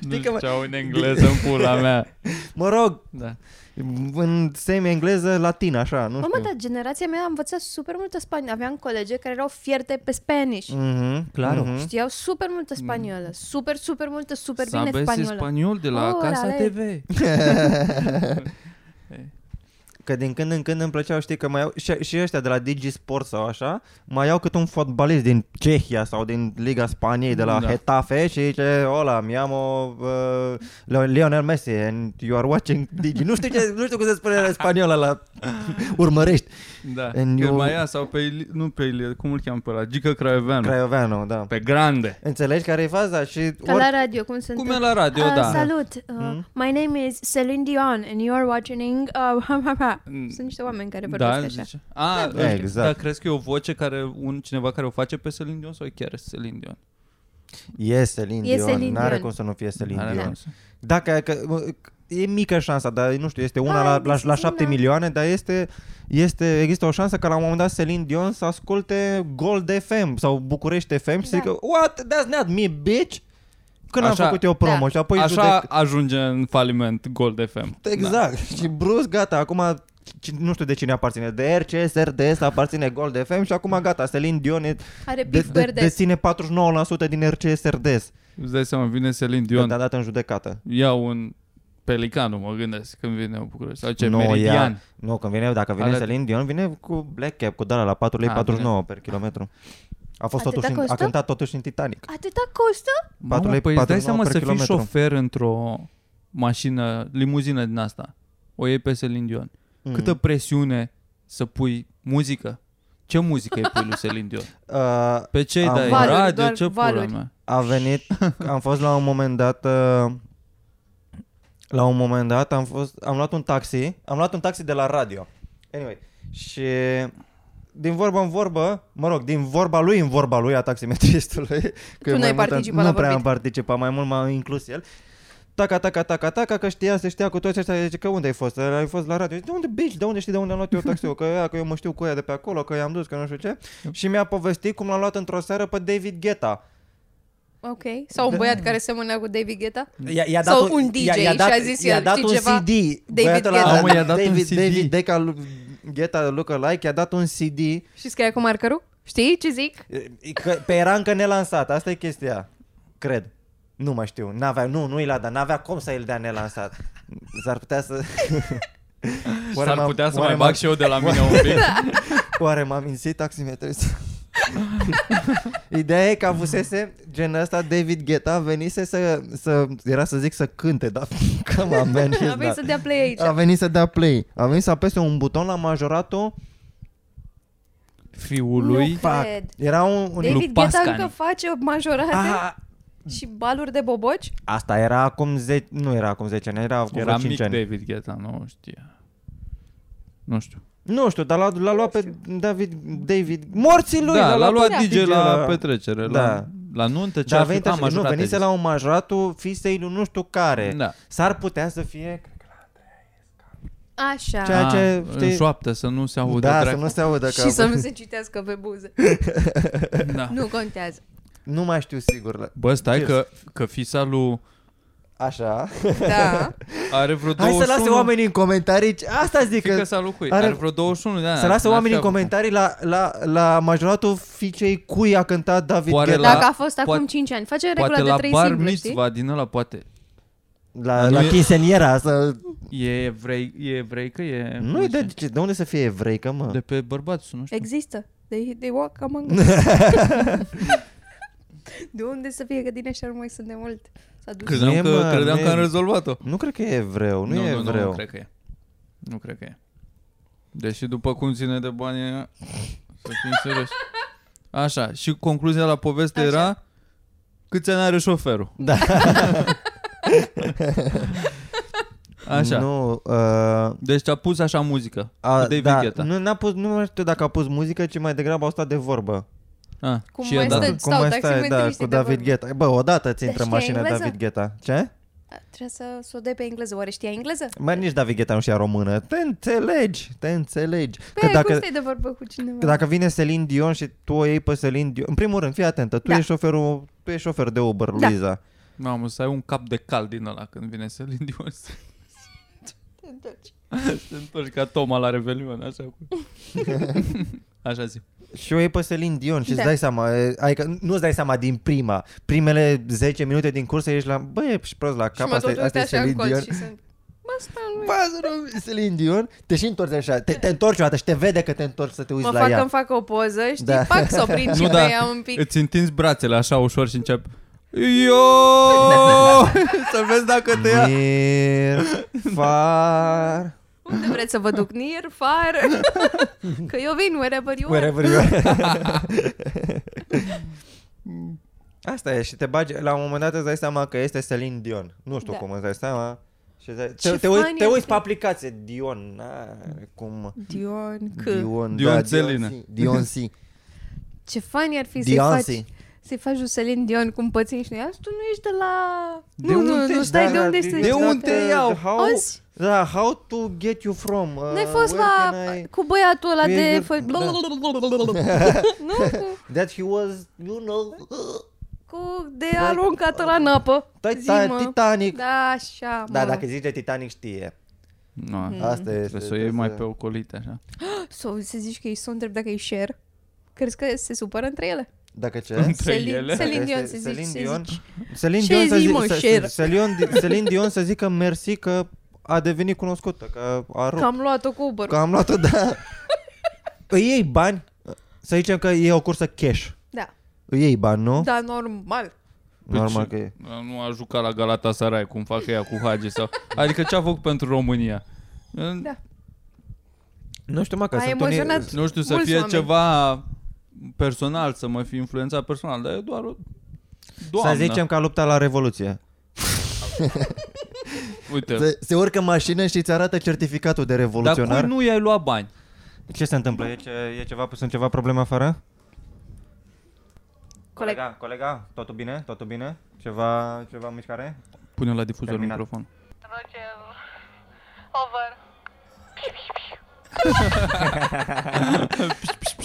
S3: Nu
S2: că mă-
S3: știau în engleză în pula mea.
S2: mă rog,
S3: Da.
S2: în semi-engleză latin, așa, nu
S1: Mamă,
S2: știu.
S1: dar generația mea a învățat super multă spaniolă. Aveam colege care erau fierte pe Spanish.
S3: Mm-hmm.
S2: Mhm,
S3: Claro.
S2: mhm.
S1: Știau super multă spaniolă.
S3: Mm-hmm.
S1: Super, super multă, super bine
S3: Sabes
S1: spaniolă.
S3: spaniol de la
S1: Ora,
S3: Casa
S1: le.
S3: TV.
S2: Că din când în când îmi plăceau, știi, că mai iau, și, și ăștia de la Digisport sau așa, mai iau cât un fotbalist din Cehia sau din Liga Spaniei, de la
S3: Da.
S2: da. Hetafe și zice, hola, mi amo uh, Leo- Lionel Messi and you are watching Digi. Nu știu, ce, nu știu cum se spune în spaniolă la urmărești.
S3: Da.
S2: And
S3: Că
S2: you-
S3: mai ia sau pe Ili- nu pe Ilie, cum îl cheamă pe ăla? Gică Craioveanu.
S2: Craioveanu, da.
S3: Pe grande.
S2: Înțelegi care e faza? Și
S1: Ca la radio, cum sunt...
S3: Cum e la radio,
S1: uh,
S3: da.
S1: Salut! Uh, My name is Celine Dion and you are watching... Uh, ha, ha, ha.
S3: Mm.
S1: Sunt niște oameni care
S3: Da,
S1: vorbesc așa.
S3: zice. A,
S2: Da,
S3: da, exact.
S2: exact.
S3: Dar crezi că e o voce care un cineva care o face pe Celine Dion sau e chiar Celine Dion?
S2: E Celine
S1: E
S2: Dion,
S1: Celine
S2: n-are
S1: Dion.
S2: cum să nu fie Celine
S3: Are
S2: Dion.
S3: vreun să-
S2: Dacă, că, mă, e mică șansa, dar nu știu, este una
S1: Hai,
S2: la, la,
S1: deci
S2: la 7
S1: zi-ne.
S2: milioane, dar este, este, există o șansă ca la un moment dat Celine Dion să asculte Gold FM sau București FM și să
S1: Da.
S2: zică, what, that's not me, bitch! Când
S3: Așa.
S2: am făcut eu promo
S1: Da.
S2: și apoi
S3: Așa
S2: Păi,
S3: Da.
S2: judec...
S3: ajunge în faliment Gold FM.
S2: Exact. Și brusc, gata, acum ci- nu știu de cine aparține, de RCS, RDS aparține Gold FM și acum gata, Celine Dion e,
S1: Are
S2: de,
S1: pif
S2: de,
S1: verde.
S2: deține 49% din RCS, RDS.
S3: Da. Îți dai seama, vine Celine
S2: Când
S3: Dion,
S2: a dat în judecată.
S3: ia un pelicanul, mă gândesc, când vine în București. Sau ce,
S2: Nu,
S3: Meridian.
S2: ia- Nu, când vine, dacă vine
S3: Ale-
S2: Celine Dion, vine cu Black Cap, cu Dara la 4 lei
S3: A,
S2: 49 per kilometru. A fost
S1: Atâta
S2: totuși, în-
S1: costă?
S2: a cântat totuși în Titanic.
S1: Atâta costă?
S3: Mamă,
S2: 4 lei,
S3: păi îți dai
S2: 49
S3: seama
S2: per
S3: să fii
S2: kilometru.
S3: șofer într-o mașină, limuzină din asta. O iei pe Celine Dion.
S2: Mm.
S3: Câtă presiune să pui muzică? Ce muzică îi pui lui Celine Dion?
S2: Uh,
S3: Pe ce îi
S2: Am-
S3: dai?
S1: Valuri,
S3: Radio?
S1: doar
S3: Ce pula
S1: valuri.
S3: mea?
S2: a venit, am fost la un moment dat, uh, la un moment dat am fost, am luat un taxi, am luat un taxi de la radio. Anyway, și din vorbă în vorbă, mă rog, din vorba lui în vorba lui a taximetristului, că
S1: Tu n-ai
S2: mai mult am-
S1: participat la
S2: Nu prea am
S1: vorbit.
S2: participat, mai mult m-a inclus el. Taca, taca, taca, taca, că știa, se știa cu toți ăștia, zice că unde ai fost? Ai fost la radio. Zice, de unde, bici, de unde știi de unde am luat eu taxiul? Că, ea, că eu mă știu cu ea de pe acolo, că i-am dus, că nu știu ce. Și mi-a povestit cum l-am luat într-o seară pe David Guetta.
S1: Ok. Sau
S3: Da.
S1: un băiat care semăna cu David Guetta?
S2: I-a, i-a
S1: Sau un DJ și a zis
S2: i-a
S1: el,
S2: dat
S1: știi
S2: un
S1: ceva?
S2: CD.
S1: Guetta.
S2: Băiatul ăla,
S1: Mamă,
S3: i-a dat un
S2: David,
S3: CD.
S2: David Deca, lu- Guetta, Lookalike, i-a dat un CD.
S1: Știți că e cu markerul? Știi ce zic?
S2: Că, pe era încă nelansat, asta e chestia. Cred. Nu mai știu. N-avea, nu, nu i l-a dat. N-avea cum să îl dea nelansat. S-ar putea să... Oare
S4: S-ar
S2: m-am-
S4: putea să
S2: oare
S4: mai
S2: m-am-
S4: bag și eu de la mine un pic.
S2: Oare m-am mințit taximetrist? Ideea e că avusese genul ăsta David Guetta venise să, să era să zic să cânte, dar cam am
S3: Da.
S1: A venit
S2: da.
S1: să dea play aici.
S2: a venit să dea play. A venit să apese un buton la majoratul.
S3: Fiul
S1: Nu
S3: lui.
S1: cred.
S2: Era un, un
S1: David
S4: Lupa
S1: Gheta
S4: Scani.
S1: încă face majorate
S2: Aha,
S1: și baluri de boboci?
S2: asta era acum 10, nu era acum 10 ani, era acum
S3: Era
S2: 5
S3: mic
S2: ani.
S3: David Guetta, nu știa. Nu știu.
S2: Nu știu, dar l-a, l-a luat pe David, David, morții lui,
S3: da,
S2: l-a,
S3: l-a luat
S2: pe
S3: DJ la petrecere,
S2: Da.
S3: la, la nuntă, ce
S2: Dar a
S3: ar
S2: venit
S3: fi, am
S2: așa, nu,
S3: ajutat.
S2: venise la un majoratul fiisei lui nu știu care.
S3: Da.
S2: S-ar putea să fie
S1: Așa.
S2: Ceea ce,
S3: A,
S2: știi-
S3: Ah, În șoaptă, să nu se audă
S2: da,
S3: dracu.
S2: să nu se audă că
S1: și să nu se citească pe buze.
S3: Da.
S1: Nu contează.
S2: Nu mai știu sigur la-
S3: Bă, stai
S2: Cheers.
S3: că, că fisa lui
S2: Așa
S1: Da.
S3: are vreo
S2: Hai
S3: 21...
S2: să lase oamenii în comentarii ce- Asta zic
S3: Fică Da,
S2: că
S3: sa lui cui,
S2: are-
S3: are, vreo 21 de ani.
S2: Să lasă
S3: n-ar
S2: oamenii în
S3: fi avut.
S2: comentarii la, la, la majoratul fiicei cui a cântat David
S3: Oare
S2: Guetta
S1: Dacă
S3: la-
S1: a fost acum
S3: poate-
S1: 5 ani, face
S3: Poate
S1: regula de
S3: la
S1: 3
S3: bar
S1: singuri, știi?
S3: mitzva din ăla, poate.
S2: La,
S3: Nu
S2: la
S3: e-
S2: quinceañera, să...
S3: E, evrei, e evreică, e...
S2: Nu e de, ce- de unde să fie evreică, mă?
S3: De pe bărbați, nu știu.
S1: Există. They, they walk among De unde să fie că din așa nu mai sunt de mult? S-a dus.
S3: Credeam,
S2: Nu e,
S3: că,
S2: mă,
S3: credeam
S2: nu
S3: că am
S2: e.
S3: rezolvat-o.
S2: Nu cred că e evreu, nu, e
S3: nu,
S2: evreu
S3: nu, nu cred că e. Nu cred că e. Deși după cum ține de bani e- să fim serioși. Așa, și concluzia la poveste
S1: Așa.
S3: era câți ani are șoferul.
S2: Da.
S3: Așa.
S2: Nu, uh,
S3: Deci a pus așa muzică.
S2: a,
S3: David
S2: da,
S3: Guetta.
S2: nu, n-a pus, nu mai știu dacă a pus muzică, ci mai degrabă au stat de vorbă.
S3: A,
S1: Cum
S3: Ah, și da.
S1: mai
S3: i-a dat-
S1: stă- stau
S2: mai stai, da,
S1: taximetriștii
S2: cu
S1: de
S2: David
S1: vorbă.
S2: Guetta. Bă, odată ți
S1: Dar
S2: intră în
S1: știe
S2: mașină
S1: engleză?
S2: David Guetta. Ce?
S1: Trebuie să s-o dai pe engleză. Oare știa engleză?
S2: Mai nici David Guetta nu știa română. Te înțelegi, te înțelegi.
S1: Păi,
S2: că dacă,
S1: cum stai de vorbă cu cineva?
S2: că dacă vine Selin Dion și tu o iei pe Selin Dion... În primul rând, fii atentă, tu
S1: Da.
S2: ești șoferul tu ești șofer de Uber,
S1: Da.
S2: Luiza.
S3: Mamă, să ai un cap de cal din ăla când vine să Dion. să
S1: Te întorci.
S3: Te întorci ca Toma la Revelion, așa cu... Așa zi.
S2: Și o iei pe Selin Dion și
S1: Da.
S2: îți dai seama, e, adică nu-ți dai seama din prima. Primele 10 minute din cursă ești la, bă, ești prost la
S1: Și
S2: cap,
S1: mă
S2: asta,
S1: tot
S2: e-
S1: uite
S2: asta e
S1: așa în
S2: Selin Dion.
S1: colț și sunt... Bă, asta nu
S2: Bă, să nu- Celine Dion, te și întorci așa, te, te întorci o dată și te vede că te întorci să te uiți
S1: Mă
S2: la
S1: fac
S2: ea.
S1: că-mi fac o poză, știi?
S2: Da.
S1: Da. Pac s-o prind și
S3: Nu,
S1: pe
S3: da.
S1: ea un pic.
S3: Îți întinzi brațele așa ușor și începi Yo! să vezi dacă te ia.
S2: Far
S1: Unde vreți să vă duc? Near, far? Că eu vin wherever you are.
S2: Wherever you are. Asta e și te bagi, la un moment dat îți dai seama că este Celine Dion. Nu știu
S1: Da.
S2: cum îți dai seama. Și te,
S1: Ce
S2: te, te, uiți,
S1: fain
S2: te uiți
S1: este.
S2: pe aplicație, Dion, na, cum...
S1: Dion, C.
S2: Dion,
S3: Dion
S2: da,
S3: Celina.
S2: Dion, C. Dion C.
S1: Ce funny ar fi să-i
S2: Dion
S1: faci,
S2: C.
S1: să-i faci Jocelyn Dion cum pățin și noi. Azi tu nu ești de la... nu,
S2: De
S1: nu,
S2: unde
S1: nu,
S2: ești?
S1: stai
S2: Da,
S1: de
S2: da,
S1: unde
S2: de-
S1: ești.
S2: de
S1: ești,
S2: unde
S1: da.
S2: te iau? How-
S1: Azi,
S2: Da, how to get you from... Uh,
S1: n-ai fost
S2: where
S1: la...
S2: can I...
S1: cu băiatul ăla
S2: Where
S1: de...
S2: can-
S1: fă-
S2: da.
S1: nu? Cu,
S2: That he was, you know,
S1: cu de
S2: Da.
S1: aruncat la în apă.
S2: Tita-
S1: Zi, mă.
S2: Titanic.
S1: Da, așa, mă.
S2: Da, dacă zici de Titanic știe.
S3: No,
S1: Mm.
S2: Asta este.
S3: trebuie să o iei mai pe ocolite așa.
S1: Sau să zici că ei sunt drept dacă ei share. Crezi că se supără între ele?
S2: Dacă ce?
S3: Între
S1: Celine-
S3: ele.
S1: Celine
S2: Dacă
S1: Dion să
S2: este
S1: zici,
S2: Celine
S1: să
S2: Dion.
S1: zici.
S2: Celine
S1: Ce
S2: Dion să
S1: zi,
S2: zic-
S1: mă,
S2: să-
S1: Cher?
S2: Celine Di- Celine Dion să zică mersi că a devenit cunoscută, că a rupt.
S1: Că am luat-o cu Uber.
S2: Că am luat-o, da. Îi iei bani, să zicem că e o cursă cash.
S1: Da.
S2: Îi iei bani, nu?
S1: Da, normal.
S2: Păi Normal că e.
S3: Nu a jucat la Galatasaray cum fac ea cu Hagi sau... Adică ce a făcut pentru România?
S1: Da.
S2: Nu știu, mă, că
S1: M-a
S2: sunt unii-
S1: emoționat.
S3: Nu știu, să
S1: Mulți
S3: fie
S1: oameni.
S3: ceva personal, să mă fi influențat personal, dar e doar o doamnă.
S2: Să zicem că a luptat la Revoluție.
S3: Uite,
S2: Se, se urcă în mașină și îți arată certificatul de
S3: dar cui
S2: revoluționar.
S3: nu i-ai luat bani?
S2: Ce se întâmplă? E, ce, e ceva, sunt ceva probleme afară?
S1: Coleg.
S2: colega, totul bine? Totul bine? Ceva, ceva mișcare?
S3: Pune la difuzor
S2: Terminat.
S3: microfon.
S5: Roger. Over.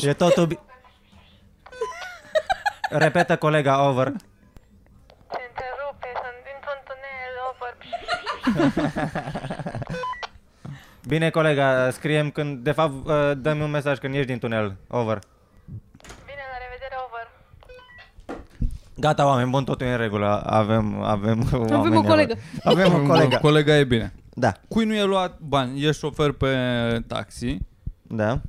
S2: E totul bine. Repetă colega, over.
S5: Se întrerupe, sunt într-un tunel. Over.
S2: Bine colega, scriem când, de fapt, uh, dă-mi un mesaj când ieși din tunel, over.
S5: Bine, la revedere. Over.
S2: Gata, oameni buni, totul e în regulă. Avem, avem,
S1: Avem o colegă.
S2: Avem o colegă.
S3: Colega e bine.
S2: Da,
S3: Cui nu i-a luat bani? E șofer pe taxi,
S2: da,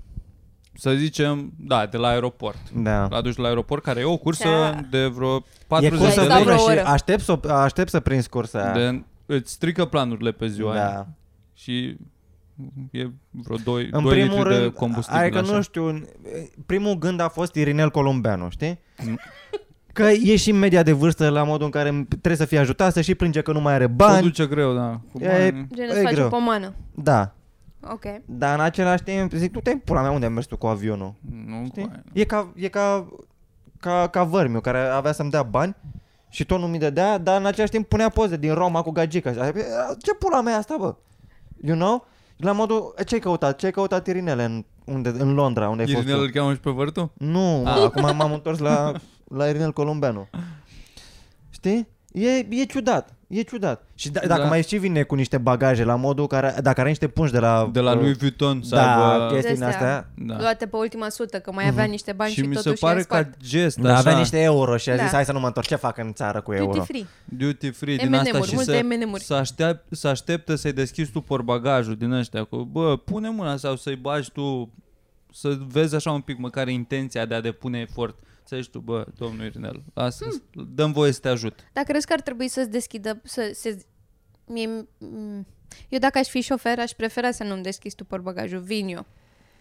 S3: să zicem, da, de la aeroport.
S2: da.
S3: L-a dus la aeroport, care e o cursă
S1: Da.
S3: de vreo
S2: E
S3: 40
S2: cursă
S3: de
S1: stat
S2: bună
S1: vreo
S2: și
S1: oră.
S2: aștept să, aștept să prinzi cursa aia.
S3: de, îți strică planurile pe ziua aia.
S2: da.
S3: și e vreo 2,
S2: În
S3: 2
S2: primul
S3: litri
S2: rând,
S3: de combustibil.
S2: adică
S3: așa.
S2: nu știu, primul gând a fost Irinel Columbeanu, știi? Că e și media de vârstă la modul în care trebuie să fie ajutat, să și plânge că nu mai are
S3: O
S2: bani.
S3: duce greu, da. Cu
S2: E-
S3: bani.
S1: Gen,
S2: Păi, E
S1: îți faci
S2: greu.
S1: o pomană.
S2: Da,
S1: Ok.
S2: dar în același timp zic, tu te pula mea unde ai mers tu cu avionul?
S3: Nu,
S2: Știi?
S3: bani.
S2: E ca, e ca, ca, ca vărmiu care avea să-mi dea bani și tot nu mi dădea, dar în același timp punea poze din Roma cu gagica. Și, "E, Ce pula mea e asta, bă? You know? La modul, ce-ai căutat? Ce-ai căutat Irinele în, unde, în Londra? Unde ai fost
S3: Irinel
S2: tu?
S3: îl cheamă și pe vârtul?
S2: Nu, mă,
S3: Ah.
S2: acum m-am întors la, la Irinel Columbeanu. Știi? E, e ciudat. E ciudat. Și da, dacă
S3: Da.
S2: mai și vine cu niște bagaje la modul care, dacă are niște pungi de la... uh,
S3: De la lui Vuitton să
S2: Da,
S3: aibă-
S2: chestii din
S1: De astea.
S2: astea. Mhm.
S3: Da.
S1: Luate pe ultima sută, că mai avea niște bani și,
S3: și mi se
S1: totuși
S3: pare
S1: i-a
S3: ca
S1: spart.
S3: gest,
S2: Da,
S3: așa,
S2: avea niște euro și a
S1: Da.
S2: zis, hai să nu mă întorc, ce fac în țară cu euro?
S1: Duty free.
S3: duty free din
S1: M&M-uri,
S3: asta și
S1: multe
S3: să,
S1: M&M-uri.
S3: să, așteap, să aștepte să-i deschizi tu porbagajul din ăștia cu, bă, pune mâna sau să-i bagi tu, să vezi așa un pic măcar intenția de a depune efort. Să zici tu, bă, domnul Irinel, lasă, hmm. dăm voie să te ajut.
S1: Dar crezi că ar trebui să-ți deschidă, să, să mie, mm, eu dacă aș fi șofer, aș prefera să nu-mi deschizi tu porbagajul. Vin eu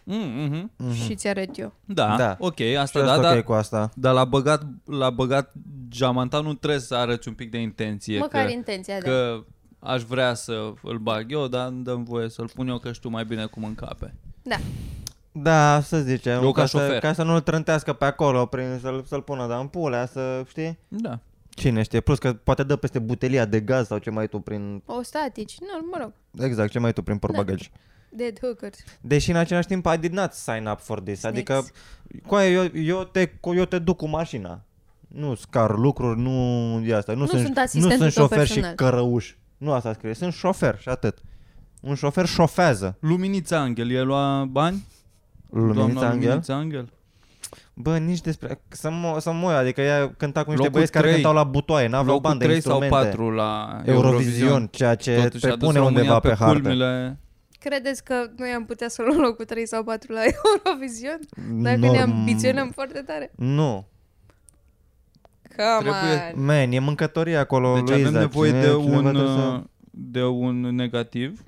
S3: Mm, mm-hmm.
S2: Mhm.
S1: și ți arăt eu.
S3: Da, da,
S2: Da.
S3: ok,
S2: Și
S3: asta
S2: eu
S3: da,
S2: sunt
S3: da,
S2: ok cu asta.
S3: Dar l-a băgat, l-a băgat geamantanul, trebuie să arăți un pic de intenție.
S1: Măcar
S3: că,
S1: intenția da. de.
S3: că aș vrea să îl bag eu, dar îmi dăm voie să-l pun eu, că știu mai bine cum încape.
S1: Da.
S2: Da, să zicem,
S3: Eu ca
S2: să,
S3: șofer.
S2: ca să nu-l trântească pe acolo, prin, să-l, să-l pună dar în pulea, să știi?
S3: Da.
S2: Cine știe, plus că poate dă peste butelia de gaz sau ce mai ai tu prin,
S1: O statici, nu, mă rog,
S2: exact, ce mai ai tu prin porbagaj.
S1: dead hookers.
S2: Deși în același timp I did not sign up for this.
S1: Snakes.
S2: Adică, coaie, eu, eu, te, cu- eu te duc cu mașina. Nu scar lucruri, nu e asta. Nu,
S1: Nu
S2: sunt,
S1: sunt
S2: nu
S1: asistentul
S2: sunt
S1: tău
S2: șofer
S1: personal.
S2: și cărăuș. Nu asta scrie, sunt șofer și atât. Un șofer șofează.
S3: Luminița Angel, el lua bani?
S2: Luminița
S3: Doamna
S2: Angel?
S3: Luminița Angel?
S2: Bă, nici despre... Să mă, să mă uit, adică ea cânta cu niște
S3: Locul
S2: băieți care
S3: trei.
S2: cântau la butoaie, n-aveau
S3: Locul
S2: bani de
S3: 3 sau
S2: instrumente.
S3: 4 la
S2: Eurovision,
S3: Eurovision.
S2: ceea ce
S3: Totuși a
S2: te
S3: dus
S2: pune
S3: România
S2: undeva pe, hartă.
S3: culmile.
S1: Credeți că noi am putea să luăm locul 3 sau 4 la Eurovision? Dacă ne
S2: Norm-
S1: ambiționăm foarte tare.
S2: Nu.
S1: Come
S3: Trebuie-
S1: on.
S2: Man, e mâncătorie acolo,
S3: Deci
S2: Luiza.
S3: avem nevoie
S2: cine-
S3: de
S2: cineva
S3: un, uh,
S2: trebuie să-
S3: de un negativ.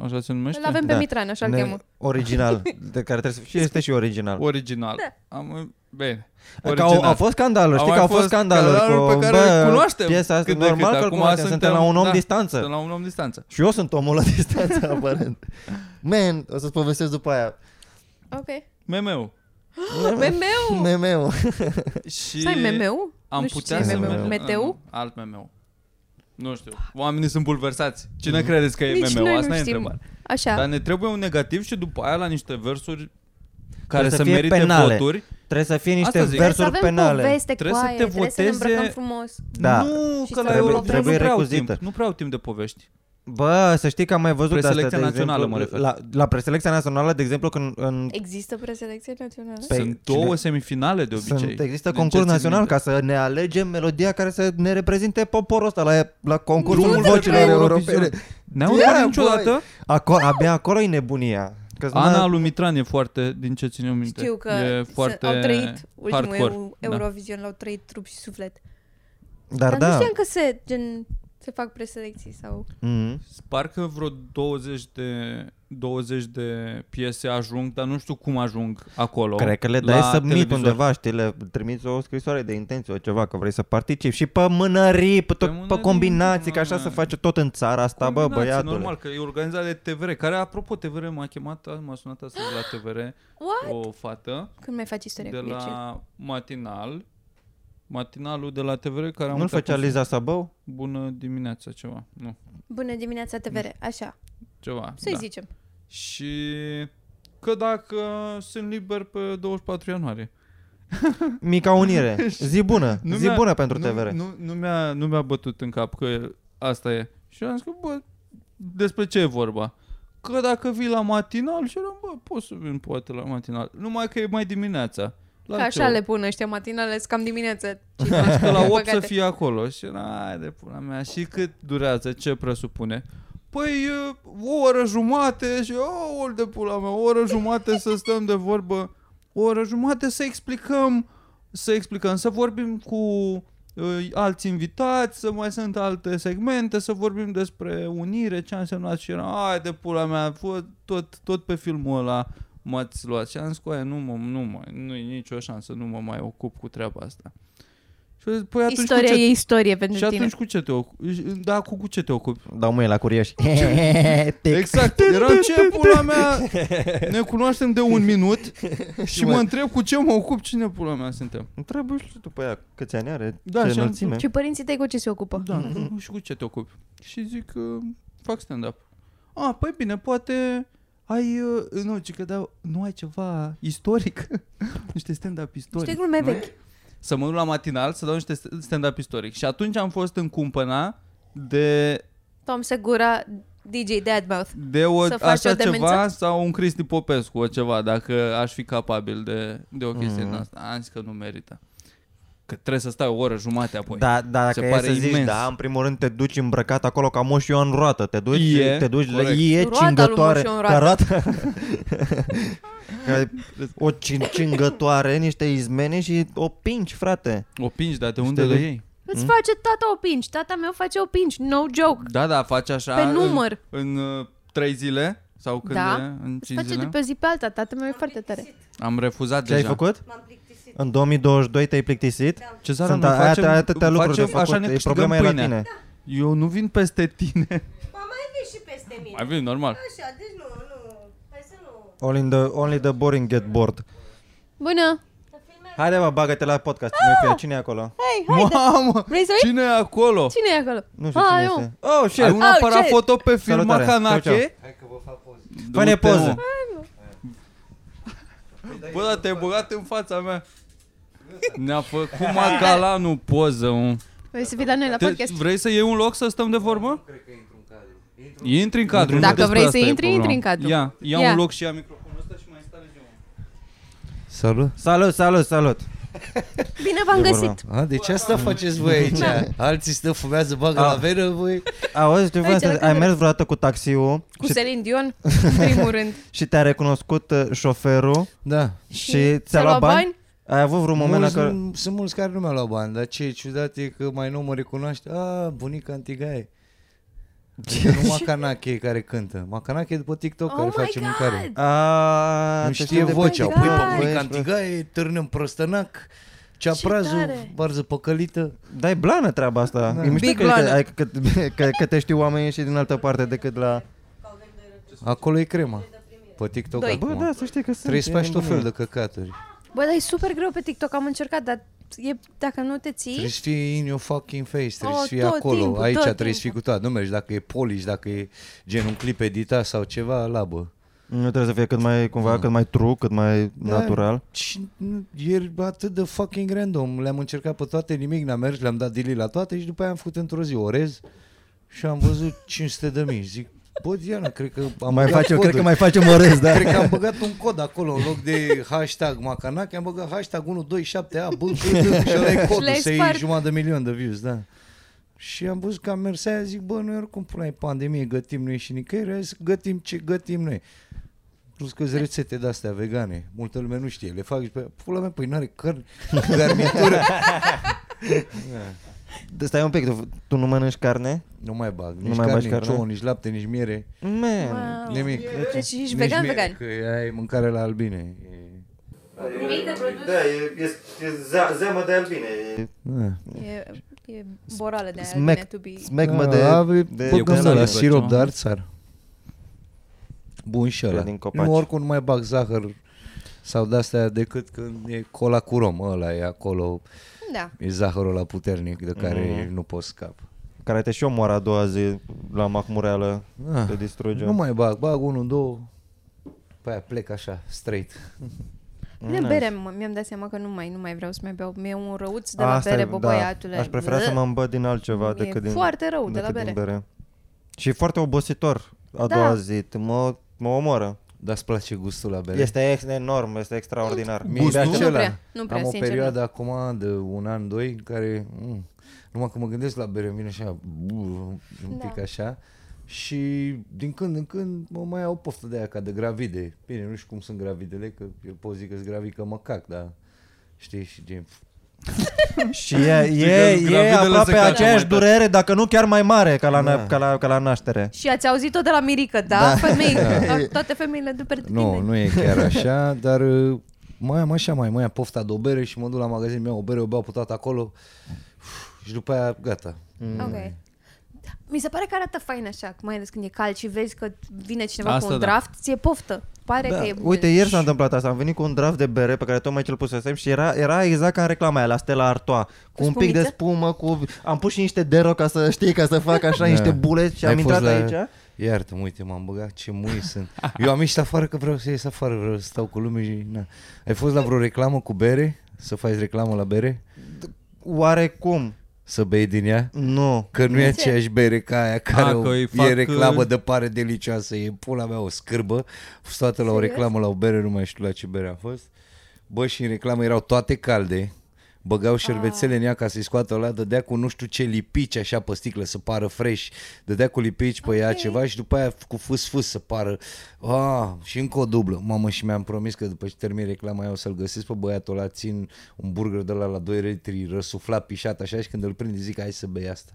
S3: Așa se numește?
S1: Îl avem pe
S2: Da.
S1: Mitran, așa îl
S2: Ne-
S1: cheamă.
S2: Original, de care trebuie să și este și original.
S3: Original. Da. Am, bine.
S2: Că au, au fost scandaluri, știi
S3: Au
S2: că au
S3: mai
S2: fost
S3: fost
S2: scandaluri
S3: scandaluri
S2: cu,
S3: pe care
S2: bă,
S3: le cunoaștem
S2: Piesa asta,
S3: cât de
S2: normal
S3: cât.
S2: că
S3: Acum
S2: cunoaștem,
S3: suntem-
S2: suntem la un om
S3: da,
S2: distanță.
S3: Sunt la un om distanță.
S2: Și eu sunt omul la distanță, aparent. Man, o să-ți povestesc după aia.
S1: Ok.
S3: Memeu.
S1: Memeu!
S2: Memeu.
S3: Și
S1: Stai, memeu?
S3: Am
S1: Nu știu
S3: putea
S1: cine
S3: să
S1: e
S2: memeu.
S3: mergem-
S1: Meteu?
S3: Ah, nu, Alt memeu. Nu știu. Oamenii sunt bulversați.
S2: Mm-hmm.
S3: Cine credeți că e
S1: Nici noi
S3: memeu?
S1: nu
S3: Asta e
S1: știm.
S3: întrebarea.
S1: Așa.
S3: Dar ne trebuie un negativ și după aia la niște versuri care
S2: să
S3: să
S2: fie
S3: merite
S2: penale.
S3: voturi.
S2: Trebuie să fie niște
S3: Asta zic.
S1: Trebuie să
S2: versuri
S1: avem
S2: penale.
S1: poveste
S3: Trebuie
S1: cu
S3: să
S1: aia,
S3: te
S1: trebuie să ne
S3: voteze-
S1: îmbrăcăm frumos.
S2: Da.
S3: Nu,
S1: Și
S3: că
S1: să
S3: la
S1: avem
S3: Eurovision nu
S1: trebuie
S3: prea au
S2: recuzită.
S3: timp. Nu prea au timp de povești.
S2: Bă, să știi că am mai văzut
S3: Preselecția
S2: asta, de
S3: națională,
S2: exemplu,
S3: mă refer.
S2: La, la preselecția națională, de exemplu, când în,
S1: Există preselecție națională?
S2: Pe-
S3: Sunt
S2: cine-
S3: două semifinale de obicei.
S2: sunt, există
S3: Din ce
S2: concurs
S3: țin
S2: național
S3: minte.
S2: ca să ne alegem melodia care să ne reprezinte poporul ăsta la, la concursul
S1: te
S2: vocilor
S1: cred.
S2: europene.
S3: Ne-am
S2: Ia,
S3: întâlnit niciodată?
S2: Aco- abia acolo e nebunia. Că
S3: Ana lui Mitran e foarte, din ce țin eu minte.
S1: Știu că
S3: e
S1: s-
S3: foarte
S1: au trăit ultimul
S3: hardcore.
S1: eu,
S3: Da.
S1: Eurovision, l-au trăit trup și suflet.
S2: Dar
S1: Dar nu
S2: da.
S1: știam că se, gen, se fac preselecții sau...
S2: Mm.
S3: Parcă vreo 20 de 20 de piese ajung, dar nu știu cum ajung acolo.
S2: Cred că le
S3: Oh, la
S2: dai submit
S3: televizor.
S2: undeva, știi, le trimiți o scrisoare de intenție, o ceva, că vrei să participi și pe mânării, pe, tot,
S3: Pe
S2: pe,
S3: mânării,
S2: combinații, că
S3: mă.
S2: așa se face tot în țara asta, bă,
S3: Combinații,
S2: băiatule.
S3: Normal, că e organizat de TVR, care, apropo, TVR m-a chemat, m-a sunat astăzi la TVR
S1: What?
S3: o fată
S1: Când mai faci istoria
S3: de
S1: cu Mircea?
S3: la matinal, matinalul de la TVR, care
S2: Nu-l
S3: am uitat
S2: făcea
S3: cum
S2: Liza Sabău?
S3: se- Bună dimineața, ceva. Nu,
S1: Bună dimineața, TVR. Așa,
S3: ceva.
S1: să-i
S3: da.
S1: zicem.
S3: Și că dacă sunt liber pe 24 ianuarie.
S2: Mica Unire. Zi bună. zi
S3: mi-a-
S2: bună pentru
S3: nu,
S2: TVR.
S3: Nu, nu, mi-a, nu mi-a bătut în cap că asta e. Și am zis că, bă, despre ce e vorba? Că dacă vii la matinal și eram, bă, pot să vin poate la matinal. Numai că e mai dimineața. La
S1: Că
S3: ce
S1: așa
S3: oră?
S1: le pun ăștia matinale, sunt cam dimineață.
S3: Că la 8 să
S1: Păcate.
S3: fie acolo. Și era, hai de pula mea. Și cât durează? Ce presupune? Păi e, o oră jumate și o de pula mea, o oră jumate să stăm de vorbă, o oră jumate să explicăm, să explicăm, să vorbim cu uh, alți invitați, să mai sunt alte segmente, să vorbim despre unire, ce a însemnat și era, hai de pula mea, fă- tot, tot pe filmul ăla m-ați luat și am zis, "Coaie, nu mă, nu mă, nu e nicio șansă, nu mă mai ocup cu treaba asta. Și eu zic, păi atunci
S1: Istoria
S3: cu ce,
S1: e istorie
S3: și
S1: pentru tine.
S3: atunci cu ce te ocupi? Da, cu, cu ce te ocupi?
S2: Dau mâine la curioși.
S3: Exact, era ce pula mea Ne cunoaștem de un minut Și mă
S2: mă-
S3: întreb cu ce mă ocup Cine pula mea suntem
S2: Trebuie și tu pe ea câți ani are,
S3: Da,
S2: ce
S3: și am-
S2: înălțime.
S1: Și părinții tăi cu ce se ocupă?
S3: Da, nu știu cu ce te ocupi Și zic că fac stand-up A, păi bine, poate ai, uh, nu, ci că da, nu ai ceva istoric Niște stand-up istoric
S1: Niște glume
S3: nu?
S1: vechi.
S3: Să mă duc la matinal să dau niște stand-up istoric Și atunci am fost în cumpăna de
S1: Tom Segura, DJ Deadmouth.
S3: de o,
S1: Să faci
S3: așa
S1: o demență?
S3: ceva sau un Cristi Popescu o ceva, dacă aș fi capabil de, de o chestie
S2: Mm.
S3: din asta. Am zis că nu merită. Că trebuie să stai o oră jumate apoi.
S2: Da, da, dacă
S3: Se
S2: e
S3: pare
S2: să zici,
S3: imens.
S2: da, în primul rând te duci îmbrăcat acolo ca moș Ioan roată, te duci,
S3: E,
S2: te duci,
S3: corect.
S2: le, e
S1: Roata lui
S2: cingătoare,
S1: Moș Ioan
S2: ca roată. Ca o cin- cingătoare, niște izmene și o pinci, frate.
S3: O pingi, dar de unde
S2: te
S3: le
S2: duci?
S3: iei?
S1: Îți face tata o pinci, tata meu face o pinci, no joke.
S3: Da, da, faci așa
S1: Pe număr.
S3: în, în uh, trei zile sau când
S1: Da.
S3: e, în
S1: Îți
S3: cinci
S1: face
S3: zile.
S1: de pe o zi pe alta, tata meu e foarte tare.
S3: Am refuzat
S2: Ce ai
S3: deja.
S2: făcut?
S4: M-am plictisit.
S2: În 2022 te-ai plictisit?
S1: Da.
S3: Ce zară,
S2: Sunt
S3: noi
S2: a-
S3: facem,
S2: atâtea, atâtea lucruri de
S3: facem,
S2: făcut,
S3: așa ne
S2: e problema e
S3: câștigăm
S2: la
S3: pâinea.
S2: tine.
S3: Eu nu vin peste tine.
S4: Ba, mai vii și peste mine.
S3: Mai vin, normal.
S4: Așa, deci nu, nu. Hai să nu.
S2: Only the, only the boring get bored.
S1: Bună!
S4: Să filmez.
S2: Haide mă, bagă-te la podcast, cine
S1: Ah!
S2: e pe ea? cine e acolo?
S1: Hei, haide!
S3: Mamă,
S1: da. Vrei să vii?
S3: cine e acolo?
S1: Cine e acolo?
S2: Nu știu
S1: Ah,
S2: cine
S1: eu.
S2: este. Oh,
S3: Ai
S2: shit!
S3: un
S1: Oh,
S3: aparat
S1: ce-
S3: foto pe film
S2: Salutare. Ciao, ciao.
S3: Hanache?
S6: Hai că vă fac poză.
S2: Fă-ne
S3: Du-te,
S2: poză.
S3: mă. Bă, dar te-ai băgat în fața mea. Ne-a făcut Magalanul poză, mă.
S1: Vrei să vii la noi la
S3: Te,
S1: podcast?
S3: vrei să iei un loc să stăm de vorbă?
S6: Cred că intru în cadru. Intru
S3: Intri în cadru. nu
S1: Dacă
S3: despre
S1: vrei
S3: asta
S1: să
S3: e
S1: intri,
S3: problema.
S1: intri în cadru.
S3: Ia, ia,
S1: Ia.
S3: un loc și ia microfonul ăsta și mai instalezi eu.
S6: Salut.
S2: Salut, salut, salut!
S1: Bine v-am
S2: De
S1: găsit!
S2: vorba.
S6: A, deci asta faceți voi aici.
S2: Da.
S6: Alții stă, fumează, bagă
S2: A.
S6: la veră, voi.
S2: Auzi, ce vreau
S1: Aici,
S2: să
S1: la
S2: zic, ai
S1: cameră.
S2: mers vreodată cu taxiul
S1: Cu
S2: și,
S1: Celine Dion, în primul rând.
S2: și te-a recunoscut uh, șoferul
S6: Da.
S2: și ți-a luat bani? Ai avut vreun moment la
S6: Mulți,
S2: care...
S6: nu- Sunt mulți care nu mi-au luat bani, dar ce e ciudat e că mai nou mă recunoaște. A, bunica Antigae. Adică nu Macanache care cântă. Macanache după TikTok
S1: Oh
S6: care
S1: my
S6: face
S1: God!
S6: mâncare.
S2: A,
S6: Nu
S2: te
S6: știe
S2: de
S6: vocea.
S1: pe
S6: Pui
S2: păi,
S1: TikTok.
S6: pe bunica Antigae, târnăm prostănac, ceaprazul,
S1: tare!
S6: varză păcălită.
S2: Dai blană treaba asta. Da. E mișto
S1: Big
S2: că,
S1: blană.
S2: că, ai- că, că, că, te știu oamenii și din altă parte decât la...
S6: Acolo e crema. Pe TikTok
S1: Doi.
S6: acum.
S2: Bă, da, să știi că sunt.
S6: Trebuie să
S2: e
S6: faci tot
S2: nebunie.
S6: felul de căcaturi.
S1: Bă, dar e super greu pe TikTok, am încercat, dar e, dacă nu te ții...
S6: Trebuie să fii in your fucking face, trebuie
S1: Oh,
S6: să fii
S1: tot
S6: acolo,
S1: timpul,
S6: aici
S1: tot
S6: trebuie să fii
S1: timpul.
S6: cu toate. Nu mergi dacă e polish, dacă e gen un clip editat sau ceva, labă.
S2: Nu trebuie să fie cât mai, cumva, cât mai true, cât mai
S6: Da.
S2: natural.
S6: Și nu- e atât de fucking random. Le-am încercat pe toate, nimic n-a mers, le-am dat delete la toate și după aia am făcut într-o zi orez și am văzut 500 de mii. Zic, bă, Diana, cred că am
S2: Mai
S6: băgat
S2: facem,
S6: codul.
S2: cred că mai facem orez, da?
S6: Cred că am băgat un cod acolo în loc de hashtag Macanache, am băgat hashtag 127A, bă, și ăla e codul,
S1: Le-ai
S6: să iei
S1: spart.
S6: jumătate de milion de views, da. Și am văzut că am mers aia, zic, bă, noi oricum până la e pandemie, gătim noi și nicăieri, hai să gătim ce gătim noi. Plus că rețete de-astea vegane, multă lume nu știe, le fac și pe pula mea, păi n-are carne, garnitură.
S2: Stai un pic, tu, tu nu mănânci carne?
S6: Nu mai bag, nici
S2: mai
S6: carne,
S2: bagi
S6: nici
S2: carne?
S6: ouă, nici lapte, nici miere,
S2: Man.
S1: Wow.
S6: nimic.
S1: Deci ești
S6: Nici
S1: vegan,
S6: miere,
S1: vegan.
S6: Că aia e mâncare la albine. E...
S2: Da, e, e, e zeamă de albine. Ah.
S6: Da.
S1: E, e borală de aia,
S2: Smack.
S1: bine, to be...
S2: Smegmă
S6: Da,
S2: de...
S6: e-
S2: de-
S6: bă,
S2: de
S6: cum
S3: gust
S6: ăla,
S2: salivă,
S6: sirop
S3: ceva.
S6: de arțar. Bun și ăla.
S2: din copaci.
S6: Nu, oricum nu mai bag zahăr sau de-astea decât când e cola cu rom. Ăla e acolo,
S1: Da.
S6: e zahărul la puternic de care
S2: Mm.
S6: nu poți scap.
S2: Care te și omoară a doua zi la mahmureală.
S6: Ah,
S2: Te distruge.
S6: Nu mai bag, bag unul, două, pe aia plec așa, straight.
S1: Bine, bere, mă, mi-am dat seama că nu mai, nu mai vreau să mai beau. Mi-e un răuț de la
S2: Asta e,
S1: bere,
S2: da.
S1: bobăiatule.
S2: Aș prefera să mă îmbăt din altceva
S1: E
S2: decât din
S1: foarte rău de la
S2: decât
S1: bere.
S2: Din bere. Și e foarte obositor a
S1: Da.
S2: doua zi, te- mă, mă omoară.
S6: Dar îți place gustul la bere?
S2: Este ex- enorm, este extraordinar.
S6: Mie de
S1: nu?
S6: acela.
S1: Nu prea, nu prea,
S6: Am o
S1: sincer,
S6: perioadă acum de un an, doi, în care mm, numai că mă gândesc la bere, îmi vine așa, bu, un
S1: Da.
S6: pic așa. Și din când în când mă mai au poftă de aia ca de gravide. Bine, nu știu cum sunt gravidele, că eu pot zic că sunt gravid că mă cac, dar știi și gen...
S2: Și e,
S3: că
S2: e, e
S3: gravidele se
S2: aproape
S3: calcă
S2: aceeași
S3: mai tare.
S2: durere, dacă nu chiar mai mare ca la, na-
S6: Da.
S2: ca la, ca la naștere.
S1: Și ați auzit-o de la Mirica, da? da. Femei, da. toate femeile după tine.
S6: Nu, nu e chiar așa, dar uh, mai am așa, mai, mai am pofta de o bere și mă duc la magazin, mi-au o bere, o beau pe toată acolo uf, și după aia gata.
S1: Ok. Mi se pare că arată fain așa, mai ales când e cald și vezi că vine cineva
S3: Asta
S1: cu un
S3: da.
S1: draft, ți-e poftă. Pare că e
S2: Da. Uite, ieri s-a întâmplat asta. Am venit cu un draft de bere pe care tocmai ți-l pusesem și era, era exact ca în reclama aia la Stella Artois. Cu un pic de
S1: spumiță?
S2: spumă, cu... am pus și niște dero ca să știi, ca să fac așa niște buleți și
S6: Da. Ai
S2: am
S6: fost
S2: intrat aici.
S6: Iartă-mă, uite, m-am băgat, ce mui sunt. Eu am ieșit afară că vreau să ies afară, vreau să stau cu lume și... Na. Ai fost la vreo reclamă cu bere? Să faci reclamă la bere?
S2: Oarecum,
S6: Să bei din ea?
S2: nu.
S6: Că nu e aceeași bere ca aia care
S3: A,
S6: o,
S3: că îi
S6: e
S3: fac,
S6: reclamă
S3: uh,
S6: de pare delicioasă, e pula mea o scârbă, fost toată la o reclamă la o bere, nu mai știu la ce bere a fost. Bă, și în reclamă erau toate calde, băgau șervețele în ea ca să-i scoată la dădea cu nu știu ce lipici așa pe sticlă să pară fresh, dădea cu lipici pe ea ceva și după aia cu fâs-fâs să pară, ah, și încă o dublă. Mamă, și mi-am promis că după ce termin reclama aia o să-l găsesc pe băiatul ăla, țin un burger de la la 2 litri, răsuflat, pișat așa și când îl prind zic hai să bei asta.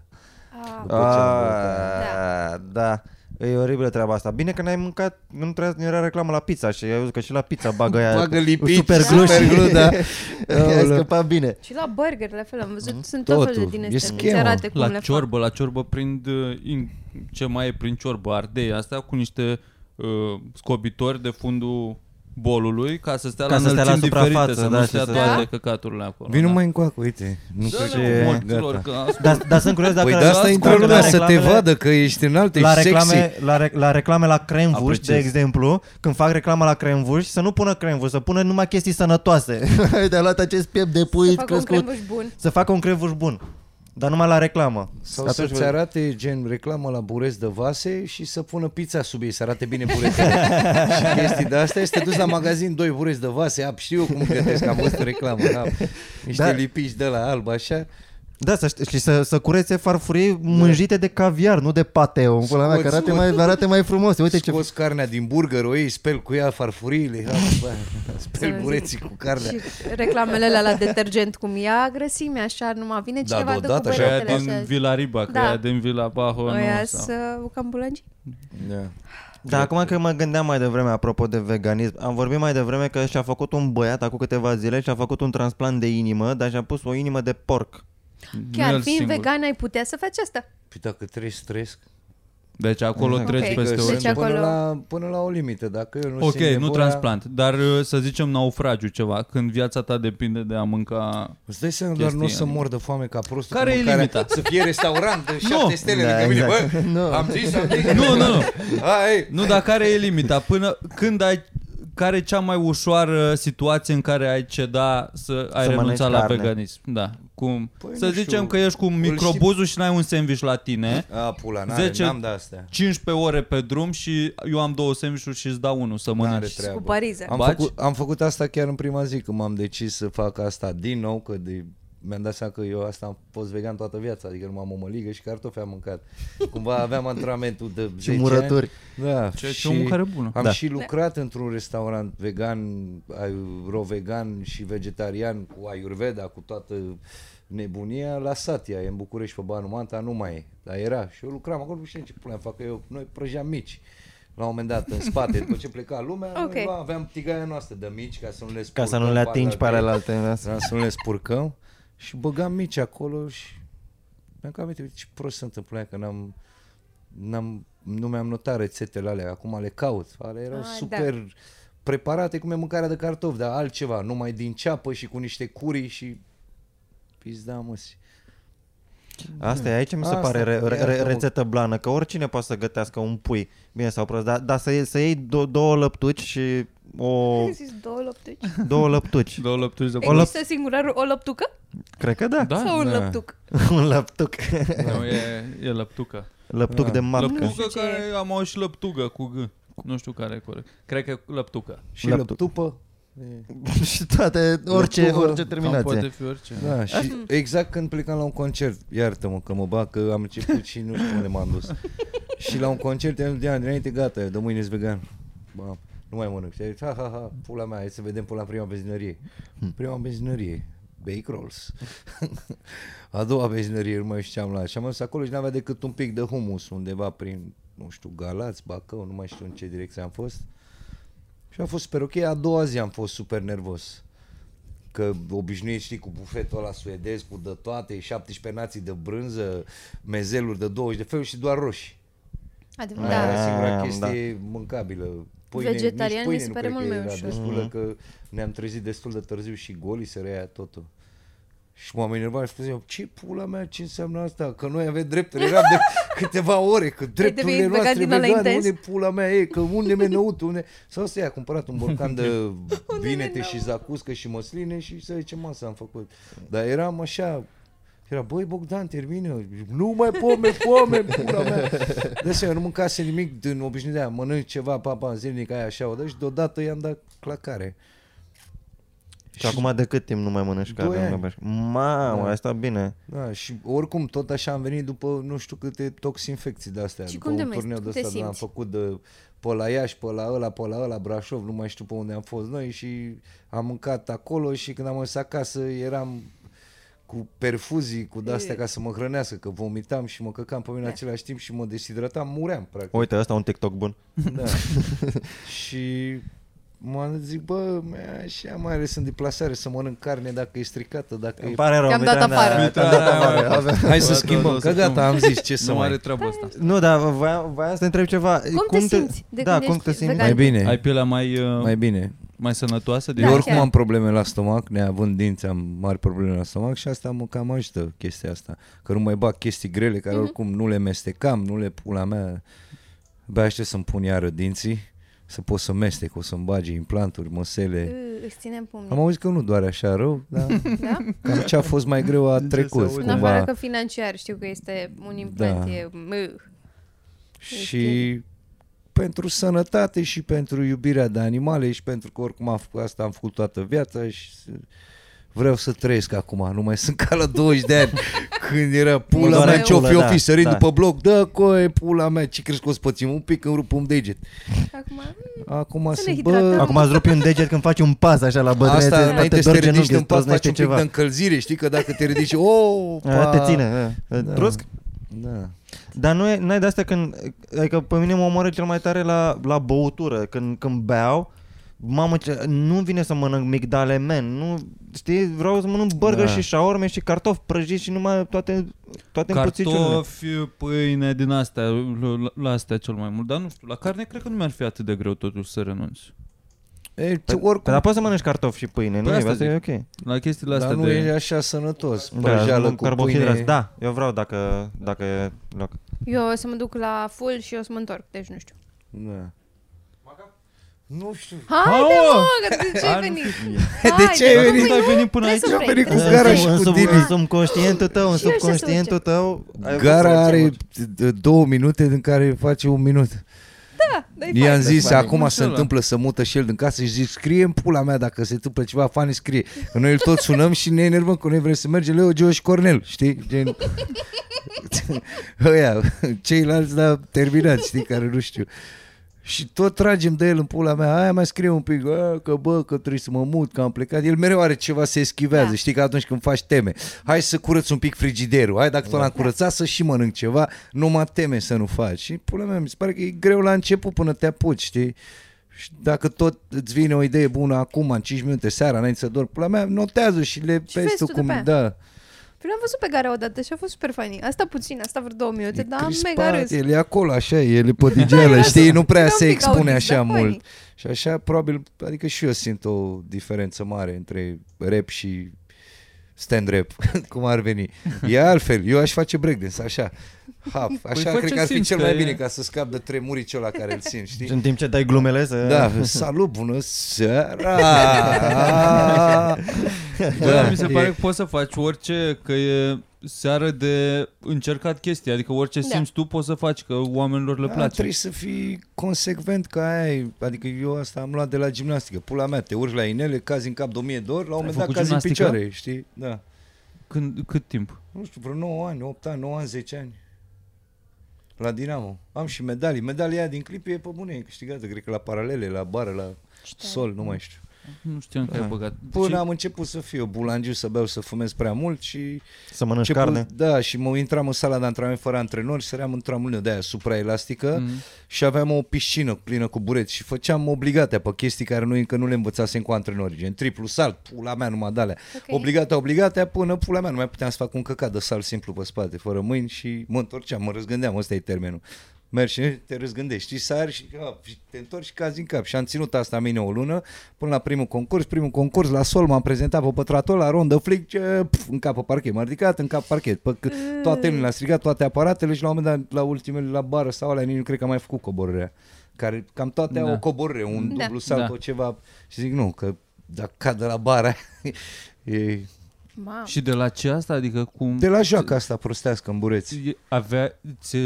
S6: După ce am băut aia.
S2: A, Ah, da. E oribilă treaba asta. Bine că n-ai mâncat, nu, trebuia, nu era reclamă la pizza și ai văzut că și la pizza bagă aia
S6: Bagă lipici,
S2: super glue și-
S6: superglue, da.
S2: Ai scăpat bine.
S1: Și la burger, la fel, am văzut, sunt tot felul de
S6: Totul.
S1: din
S6: E
S1: astea, îți
S6: schemă.
S1: arate cum
S3: La
S1: le
S3: ciorbă, la ciorbă prind uh, in, ce mai e prin ciorbă, ardei asta cu niște uh, scobitori de fundul bolului ca să stea
S2: Ca
S3: la
S2: să stea la
S3: înălțimi diferite,
S2: suprafață,
S3: să
S2: da,
S3: nu
S2: și
S3: stea
S2: să-
S3: toate
S1: Da?
S3: căcaturile acolo.
S6: Vino
S3: da.
S6: mai încoace, uite. Nu
S3: Da,
S6: știu
S2: și-
S3: nu,
S6: ce.
S3: morților,
S6: Gata.
S3: că
S1: Păi,
S3: asta-
S2: Dar, dar sunt curios dacă
S6: Păi
S2: la-
S6: de asta intră
S2: dacă da, la
S6: lumea, să te
S2: reclamele-
S6: vadă că ești înalt,
S2: la
S6: ești
S2: reclame,
S6: Deci sexy.
S2: la, re, la reclame la cremvuș, de
S6: Apreciez.
S2: exemplu, când fac reclamă la cremvuș, să nu pună cremvuș, să pună numai chestii sănătoase. de luat acest piept de pui
S1: Să facă un
S2: crescut.
S1: crembuș bun.
S2: Să facă un cremvuș bun. Dar numai la reclamă.
S6: Sau
S2: Atunci
S6: să-ți
S2: vă-
S6: arate gen reclamă la bureți de vase și să pună pizza sub ei, să arate bine buretele. și chestii de astea. Este dus la magazin doi bureți de vase, ap, știu eu cum gătesc, am văzut reclamă, ap. Niște
S2: Da.
S6: lipici de la alb, așa.
S2: Da, să, ști- și să, să curețe farfurii
S6: Da.
S2: mânjite de caviar, nu de pateu. Pula mea, că
S6: Scoți-
S2: arate mai, arate mai frumos. Uite ce...
S6: Scoți carnea din burger, o iei, speli cu ea farfuriile, ap, bă, speli
S1: Să-
S6: bureții cu carnea.
S1: Și reclamele alea la detergent cum ia grăsime, așa, numai vine
S6: Da,
S1: cineva, dă cu
S6: deodată și aia
S3: Că
S1: băretele
S3: e din
S1: păi așa.
S3: Vila Riba, că
S1: Da.
S3: e din Vila Baho,
S1: Oia
S3: nu, sau...
S1: să bucăm bulangi?
S6: Da.
S2: Dar acum că mă gândeam mai devreme, apropo de veganism, am vorbit mai devreme că și-a făcut un băiat acum câteva zile și-a făcut un transplant de inimă, dar și-a pus o inimă de porc.
S1: Chiar
S3: el
S1: fiind
S3: singur.
S1: vegan ai putea să faci asta.
S6: Păi dacă trebuie să trăiesc,
S3: Deci acolo
S1: Exact.
S3: treci
S1: Ok.
S3: peste
S1: Deci
S3: orice.
S1: orice.
S6: până,
S1: acolo-
S6: la, până la o limită, dacă eu nu
S3: Ok,
S6: simt nevoia,
S3: nu transplant, dar uh, să zicem naufragiu ceva, când viața ta depinde de a mânca...
S6: Îți dai seama, doar nu o
S3: Chestia.
S6: să mor de foame ca prostul.
S3: Care
S6: cu
S3: e
S6: mâncarea,
S3: limita?
S6: Să fie restaurant de șapte
S3: Nu.
S6: stele
S2: Da,
S6: da, lângă
S2: exact.
S6: mine, bă,
S2: Nu.
S6: am zis, am zis.
S3: Nu, nu, nu.
S6: Hai,
S3: Nu, dar care e limita? Până când ai care e cea mai ușoară situație în care ai ceda să ai
S2: Să
S3: renunța
S2: mănânci
S3: la
S2: carne.
S3: veganism? Da. Cum?
S6: Păi,
S3: să
S6: nu
S3: zicem
S6: știu.
S3: că ești cu microbuzul și n-ai un sandwich la tine,
S6: A, pula, n-are,
S3: Zece-
S6: n-am de astea.
S3: 15 ore pe drum și eu am două sandwich și îți dau unul să
S6: N-are
S3: mănânci.
S6: treabă.
S1: Cu pariza.
S2: Da.
S6: Am
S3: Baci?
S6: făcut, am făcut asta chiar în prima zi, când m-am decis să fac asta din nou, că de, mi-am dat seama că eu asta am fost vegan toată viața, adică nu m-am omăligă și cartofi am mâncat. Cumva aveam antrenamentul de 10 ani.
S2: murături.
S6: Da,
S3: Ceea ce
S6: și
S3: e o mâncare bună.
S6: Am
S2: Da.
S6: și lucrat într-un restaurant vegan, rovegan și vegetarian cu Ayurveda, cu toată nebunia, la Satia, e în București, pe Banu Manta, nu mai e. Dar era. Și eu lucram acolo, nu știu ce puneam, fac că eu, noi prăjeam mici. La un moment dat, în spate, după ce pleca lumea,
S1: Ok.
S6: noi luam- aveam tigaia noastră de mici ca să nu le
S2: Ca să nu
S6: spurcăm
S2: le atingi pe
S6: alea de-
S2: ale alte.
S6: da, să nu le spurcăm și băgam mici acolo și mi-am cam uite, uite ce prost se întâmplă că n-am, n-am, nu mi-am notat rețetele alea, acum le caut. Ale erau
S1: Ah,
S6: ah,
S1: da.
S6: super da. preparate cum e mâncarea de cartofi, dar altceva, numai din ceapă și cu niște curii și pizda măsi.
S2: Asta e, aici mi se
S6: Asta,
S2: pare re, re, re,
S6: iartă-mă.
S2: rețetă blană, că oricine poate să gătească un pui, bine sau prost, dar, dar să, iei- să iei do, două lăptuci și o...
S1: Ai zis două lăptuci?
S2: două lăptuci.
S3: Două lăpturi de
S2: O lăp-
S1: Există singularul o lăptucă?
S2: Cred că da.
S3: Da,
S1: Sau un
S3: da.
S1: lăptuc?
S2: un lăptuc.
S3: Nu, e, e lăptucă.
S2: Lăptuc de
S3: Mamă,
S2: mamcă.
S3: lăptucă
S1: știu ce
S3: care am auzit și lăptugă cu G. Nu știu care e corect. Cred că lăptucă.
S6: Și
S7: Laptop.
S6: lăptupă. E,
S7: și toate, orice,
S6: Lăptuvă.
S7: orice
S3: Cam poate
S7: terminație.
S3: fi orice.
S6: Da, și exact când plecam la un concert, iartă-mă că mă bag, că am început și nu știu unde m-am dus. și la un concert am zis, de ani dinainte, gata, eu de mâine sunt vegan. Ba, nu mai mănânc. Și a zis, ha, ha, ha, pula mea, hai să vedem până la prima benzinărie. Prima benzinărie, bake rolls. a doua benzinărie, nu mai știam la. Și am ajuns acolo și n-avea decât un pic de humus, undeva prin, nu știu, Galați, Bacău, nu mai știu în ce direcție am fost. Și a fost super ok, a doua zi am fost super nervos că obișnuiești știi, cu bufetul ăla suedez, cu de toate, 17 nații de brânză, mezeluri de 20 de feluri și doar roșii.
S1: Adevărat,
S6: Da. Aia era
S1: da.
S6: singura
S2: Ah,
S6: chestie da. mâncabilă.
S1: Vegetarian
S6: nici
S1: mi se
S6: nu
S1: pare
S6: cred
S1: mult
S6: că
S1: mai
S6: era
S1: ușor.
S6: Destulă că ne-am trezit destul de târziu și goli se reia totul. Și m-am enervat și spuneam, ce pula mea, ce înseamnă asta? Că noi avem drepturi, eram de câteva ore, că drepturile
S1: devenit vegan
S6: noastre
S1: din ăla
S6: vegane,
S1: intens.
S6: unde pula mea e, că unde mi năută, unde... Sau să ia cumpărat un borcan de vinete și zacuscă și măsline și să zice, mă, am făcut. Dar eram așa, era, băi Bogdan, termină, nu mai pome, pome, pula mea. De eu nu mâncase nimic din obișnuirea, aia. mănânc ceva, papa, zilnic, aia, așa, o dă și deodată i-am dat clacare.
S2: Și acum de cât timp nu mai mănânci
S6: Doi ani.
S2: carne? Mamă,
S6: Da.
S2: asta bine.
S6: Da, și oricum tot așa am venit după nu știu câte toxinfecții de astea.
S1: Și
S6: după
S1: cum te
S6: un
S1: mai-
S6: turneu
S1: cum
S6: de
S1: te
S6: ăsta, am
S1: simți?
S6: făcut de pe la Iași, pe la ăla, pe la ăla, Brașov, nu mai știu pe unde am fost noi și am mâncat acolo și când am ajuns acasă eram cu perfuzii, cu de-astea ca să mă hrănească, că vomitam și mă căcam
S1: Da.
S6: pe mine în același timp și mă deshidratam, muream practic.
S2: Uite, ăsta un TikTok bun.
S6: Da. și mă zic, bă, mea, așa mai ales în deplasare să mănânc carne dacă e stricată, dacă e
S2: Îmi pare rău.
S1: Te-am dat
S2: Mitran, da.
S1: afară.
S2: Te-am dat
S3: Da,
S2: afară.
S3: da, da.
S6: Hai să
S3: Da, da, da,
S6: schimbăm,
S3: o să
S6: că gata,
S3: schimbăm.
S6: am zis ce să
S3: Nu
S6: mai...
S3: are treaba asta.
S2: Nu, dar voia, voia să te întreb ceva.
S1: Cum te simți de
S2: da,
S1: când
S2: cum
S1: ești
S2: te simți?
S1: vegan?
S6: Mai bine,
S3: Ai pielea mai, uh,
S6: mai
S3: mai,
S6: bine.
S3: mai sănătoasă?
S1: Da,
S6: Eu
S3: din
S6: oricum
S1: chiar.
S6: am probleme la stomac, neavând dinți am mari probleme la stomac și asta mă cam ajută chestia asta. Că nu mai bag chestii grele
S1: Mhm.
S6: care oricum nu le mestecam, nu le pula mea. Abia aștept să-mi pun iară dinții, să pot să mestec, o să-mi bage implanturi, măsele.
S1: Ă, Îți ținem
S6: Am
S1: pumnii.
S6: auzit că nu doare așa rău, dar
S1: Da?
S6: cam ce a fost mai greu a
S3: se
S6: trecut
S3: aude?
S1: În
S3: Cumva-
S1: afară că financiar știu că este un implant,
S6: Da.
S1: da. e... mă,
S6: și pentru sănătate și pentru iubirea de animale și pentru că oricum am făcut, asta am făcut toată viața și s- vreau să trăiesc acum, nu mai sunt ca la 20 de ani când era
S1: Nu
S6: pula
S1: doare
S6: mea, ce-o fi,
S2: pula,
S6: o fi,
S2: da,
S6: sărit
S2: da.
S6: după bloc, dă coe, pula mea, ce crezi că o să pățim un pic, îmi rup un deget.
S1: Acum... mm,
S6: Acum
S1: Să ne
S6: sunt,
S1: hidratăm.
S6: bă,
S2: Acum îți rupi un deget când faci un pas așa la bătrânețe.
S6: asta
S2: toate
S6: înainte să
S2: doar
S6: te
S2: genunchi,
S6: ridici
S2: îți
S6: în pas,
S2: trosnește
S6: faci un pic de încălzire, știi că dacă te ridici, oh,
S2: A, Te ține. da. Trusc?
S6: Da.
S2: Dar nu e, n-ai de-astea când, adică pe mine mă omoră cel mai tare la, la băutură, când, când beau, mamă, ce, nu vine să mănânc migdale, man, nu, știi, vreau să mănânc burger
S6: Da.
S2: da. și șaorme și cartofi prăjiți și numai toate, toate
S6: Păi,
S2: împuțișurile.
S3: Cartofi, pâine din astea, la- la- la astea cel mai mult. Dar nu știu, la carne cred că nu mi-ar fi atât de greu totuși să renunț.
S6: E,
S2: Păi-
S6: tu oricum,
S2: Păi, dar poți să mănânci cartofi și pâine, nu
S3: Păi
S2: e,
S3: asta
S2: asta e ok.
S3: La chestiile astea
S6: dar nu
S3: de...
S6: e așa sănătos,
S2: Da,
S6: prăjeală Păi, cu
S2: carbohidrați,
S6: pâine.
S2: da, eu vreau dacă, dacă e loc.
S1: Eu o să mă duc la full și o să mă întorc, deci nu știu.
S6: Da. Nu știu.
S1: Haide, mă, că de ce ai venit? Haide,
S6: ce ai
S1: nu,
S6: venit?
S1: păi,
S3: Ai venit până
S1: trebuie
S3: aici?
S1: să
S6: Am
S1: vrei,
S6: venit cu
S1: trebuie să
S6: gara
S1: vrei.
S6: și-
S2: în,
S6: cu
S2: sub,
S6: tine.
S2: în subconștientul tău, în
S1: Și așa se
S2: subconștientul tău... ai vrut să
S6: Gara
S2: faci
S6: are
S2: ceva.
S6: d- două minute din care face un minut.
S1: dai
S6: I-am
S1: fain.
S6: zis, acum
S3: Nu
S6: se
S3: știu ăla.
S6: întâmplă să mută și el din casă și zic, scrie în pula mea dacă se întâmplă ceva, fani scrie. Că noi îl tot sunăm și ne enervăm că noi vrem să mergem Leo, Geo și Cornel, știi? Gen... Ăia, ceilalți, dar terminați, știi, care nu știu. Și tot tragem de el în pula mea, aia mai scrie un pic, "A, că bă, că trebuie să mă mut, că am plecat. El mereu are ceva să eschivează,
S1: Da.
S6: știi că atunci când faci teme. Hai să curăț un pic frigiderul, hai dacă tot l-am curățat să și mănânc ceva, nu mă teme să nu faci. Și pula mea, mi se pare că e greu la început până te apuci, știi? Și dacă tot îți vine o idee bună acum, în 5 minute seara, înainte să dormi, pula mea, notează și le
S1: Și
S6: vezi
S1: vezi
S6: tu
S1: tu după
S6: cum...
S1: aia.
S6: Da.
S1: Eu Păi l-am văzut pe gara odată și a fost super funny. Asta puțin, asta vreo două minute,
S6: E
S3: Da,
S1: dar am
S6: crispat,
S1: mega râs.
S6: El e acolo, așa, el e pe digeală, știi, nu prea
S1: era
S6: se
S1: un pic
S6: expune
S1: autist,
S3: da,
S6: așa
S1: dar
S6: mult.
S1: funny.
S6: Și așa, probabil, adică și eu simt o diferență mare între rap și stand-rap, cum ar veni. E altfel, eu aș face breakdance, așa. Hap,
S3: Păi
S6: așa
S3: fă
S6: cred
S3: ce
S6: că ar fi
S3: simți
S6: cel
S3: că
S6: mai
S3: e.
S6: bine ca să scap de tremuriciul ăla care îl simt, știi?
S2: În timp ce dai glumele să...
S6: Da, salut, bună seara! Da,
S3: Bă, mi se pare că poți să faci orice, că e seară de încercat chestii, adică orice
S1: Da.
S3: simți tu poți să faci, că oamenilor le
S6: Da,
S3: place.
S6: Trebuie să fii consecvent ca aia e. Adică eu asta am luat de la gimnastică. Pula mea, te urci la inele, cazi în cap de 1000 de ori, la un moment dat
S3: făcut
S6: cazi în
S3: gimnastică?
S6: picioare, știi? Da.
S3: Când, cât timp?
S6: Nu știu, vreo 9 ani, 8 ani, 9 ani, 10 ani. La Dinamo. Am și medalii. Medalia aia din clip e pe bune, e câștigată, cred că la paralele, la bară, la sol, nu mai știu.
S3: Nu știam că ai
S6: Da.
S3: băgat. Deci,
S6: Până
S3: Și-
S6: am început să fiu bulangiu, să beau, să fumez prea mult și
S2: Să mănânci
S6: început-
S2: carne.
S6: Da, și mă intram în sala de antrenament fără antrenor și săream într-o amână de aia supraelastică
S3: Mhm.
S6: și aveam o piscină plină cu bureți și făceam obligatea pe chestii care noi încă nu le învățasem cu antrenori, gen triplu salt, pula mea numai de alea.
S1: Ok.
S6: Obligatea, obligatea până pula mea, nu mai puteam să fac un căcat de salt simplu pe spate, fără mâini și mă întorceam, mă răzgândeam, ăsta e termenul. Mergi și te răzgândești, știi, sari și, a, și te întorci și cazi în cap. Și am ținut asta mine o lună până la primul concurs. Primul concurs la sol m-am prezentat pe pătrator, la rondă flic, ce, pf, în cap pe parchet. M-a ridicat în cap parchet. Pe, cât- toate lumea a strigat, toate aparatele și la un moment dat, la ultimele, la bară sau alea, nici nu cred că am mai făcut coborârea. Care cam toate au
S3: Da.
S6: o coborâre, un
S1: Da.
S6: dublu salt,
S3: Da.
S6: o ceva. Și zic, nu, că dacă cad de la bara e
S1: Mamă.
S3: Și de la ce asta? Adică cum...
S6: de la joacă asta prostească în bureți.
S3: ți- Avea, ți,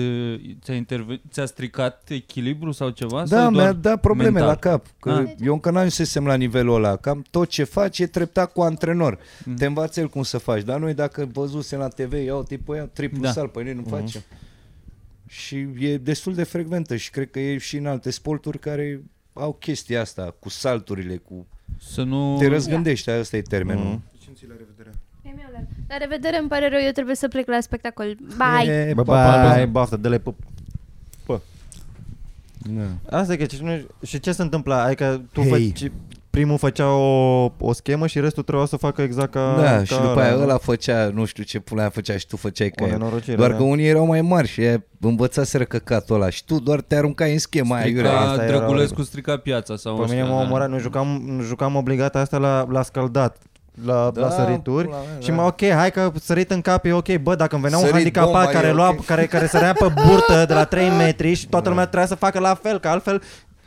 S3: ți-a, interven- ți-a stricat echilibru sau ceva?
S6: Da,
S3: sau
S6: mi-a
S3: doar
S6: dat probleme
S3: mental?
S6: mental. la cap. Că
S3: Ah.
S6: eu încă n-am sesem la nivelul ăla. Cam tot ce faci e treptat cu antrenor. Mm. Te învață el cum să faci. Dar noi dacă văzusem la TV, iau tipul ăia, triplu
S3: Da.
S6: da. sal, păi noi nu mm-hmm. facem. Și e destul de frecventă și cred că e și în alte sporturi care au chestia asta cu salturile, cu...
S3: Să nu...
S6: Te răzgândești, asta e termenul.
S3: Mm.
S6: Mm-hmm.
S8: Cinții la revedere.
S9: La revedere, îmi pare rău, eu trebuie să plec la spectacol. Bye!
S6: E,
S2: Bye,
S6: pa, pa.
S2: bye, baftă, dă-le pup.
S6: Da.
S2: Asta e că și, nu, și ce se întâmplă? Adică tu
S7: Hei.
S2: hey. făci, primul făcea o, o schemă și restul trebuia să facă exact ca
S6: Da,
S2: ca
S6: și după aia ăla făcea, nu știu ce pula aia făcea și tu făceai
S2: O
S6: ca el.
S2: nenorocire,
S6: Doar
S2: da.
S6: că unii erau mai mari și aia învățaseră căcatul ăla și tu doar te aruncai în schema aia,
S3: Strica
S6: iurea.
S2: asta era
S3: Drăgulescu strica piața sau
S2: Pe mine
S3: ăștia,
S2: m-a
S3: da.
S2: omorat, noi jucam, jucam obligat asta la, la scaldat la, da,
S6: Da,
S2: la sărituri
S6: pula mea,
S2: și
S6: da.
S2: mă ok, hai că sărit în cap e ok, bă, dacă îmi venea
S6: Sărit
S2: un handicapat
S6: bomba, e
S2: care, lua,
S6: ok.
S2: care, care sărea pe burtă de la 3 metri și toată lumea trebuia să facă la fel, că altfel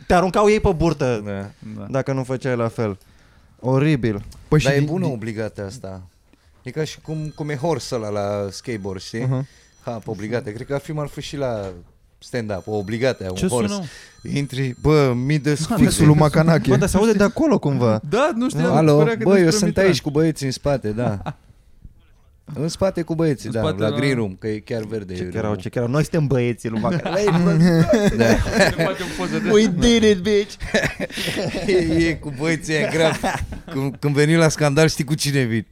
S2: te aruncau ei pe burtă da.
S6: Da.
S3: Da.
S2: dacă nu făceai la fel. Oribil.
S7: Păi
S6: Dar
S7: și
S6: e
S7: din-
S6: bună
S7: din-
S6: obligația asta. E ca și cum, cum e horse ăla la skateboard, știi? Uh-huh. Ha, pe obligate. Cred că ar fi mai fi și la stand-up, o obligate, un
S3: Ce
S6: horse.
S3: sună?
S6: Intri, bă, mi de
S7: Fixul lui
S6: fixul
S7: Macanache.
S2: Bă, dar se aude de acolo cumva.
S3: Da, nu știam.
S6: Alo,
S3: părea că
S6: bă, eu
S3: despre
S6: sunt
S3: Mitran.
S6: aici cu băieții în spate, da. În spate cu băieții,
S3: În
S6: da,
S3: spate
S6: la
S3: la-
S6: green room, că e chiar verde.
S2: Ce
S6: e
S2: erau,
S6: room-ul.
S2: ce erau. Noi suntem băieții lui Bacar.
S6: Da.
S3: Ne facem poze de...
S7: We did it, bitch!
S6: e, e cu băieții ăia grav. Când, când veni la scandal știi cu cine vin.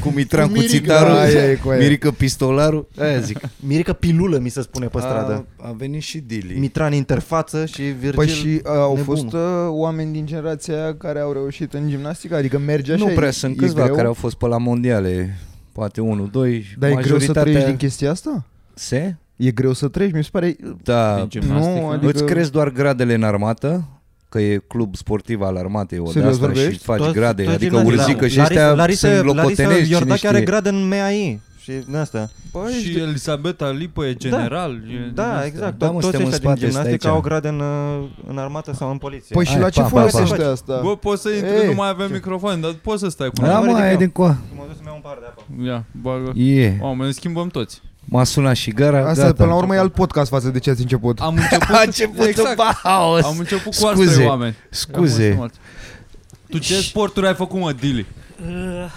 S6: Cu Mitran,
S7: Cu
S6: cu,
S7: Mirica,
S6: țitarul,
S7: aia e, cu aia.
S6: Mirica pistolarul. Aia zic.
S2: Mirica Pilulă mi se spune pe
S6: Ah,
S2: stradă.
S6: A, a venit și Dili.
S2: Mitran interfață și Virgil
S7: Păi și uh, au
S2: nebun.
S7: fost uh, oameni din generația aia care au reușit în gimnastică? Adică merge așa?
S6: nu
S7: e-
S6: prea sunt
S7: e
S6: câțiva
S7: greu?
S6: care au fost pe la mondiale. Poate 1, 2.
S7: Dar e greu să trăiești din chestia asta?
S6: Se?
S7: E greu să treci, mi se pare...
S6: Da.
S3: Din gimnastică.
S7: nu,
S3: Nu,
S7: adică-
S3: adică...
S6: Îți crezi doar gradele în armată? că e club sportiv al armatei ori de
S7: Serios
S6: asta și
S7: vorbești?
S6: faci
S2: Toți-
S6: grade,
S2: toți
S6: adică
S2: gimnaziști,
S6: urzică
S2: da.
S6: și ăștia sunt locotenezi,
S2: Larisa
S6: cine
S2: Iordache are
S6: știe.
S2: grad în MAI și din asta.
S3: Și Elisabeta Lipă e general. e din
S2: Da,
S3: astea.
S2: exact.
S6: Da,
S2: Da,
S6: mă,
S2: Toți
S6: suntem în
S2: ăștia din
S6: spate, stai
S2: gimnastică
S6: aici.
S2: au grade în, uh, în armată sau în poliție.
S7: Păi și
S6: Hai,
S7: la ce
S6: pa, pa, pa.
S7: folosește asta?
S3: Bă, poți să intri,
S7: Ei.
S3: nu mai avem microfon, dar poți să stai cu
S6: Da,
S3: noi.
S6: mă, e din coa.
S2: Mă duc să-mi iau un par de apă.
S3: Ia, bagă.
S6: E.
S3: Oameni, ne schimbăm toți.
S6: M-a sunat și gara,
S7: Asta,
S6: gata.
S7: până la urmă, e alt podcast față de ce ați început.
S3: Am început,
S6: A început
S3: exact,
S6: exact. paus.
S3: am început cu
S6: Scuze.
S3: asta, oameni. Ia,
S6: Scuze.
S3: mulțumesc. Tu ce sporturi ai făcut, mă, Dili?
S10: Uh,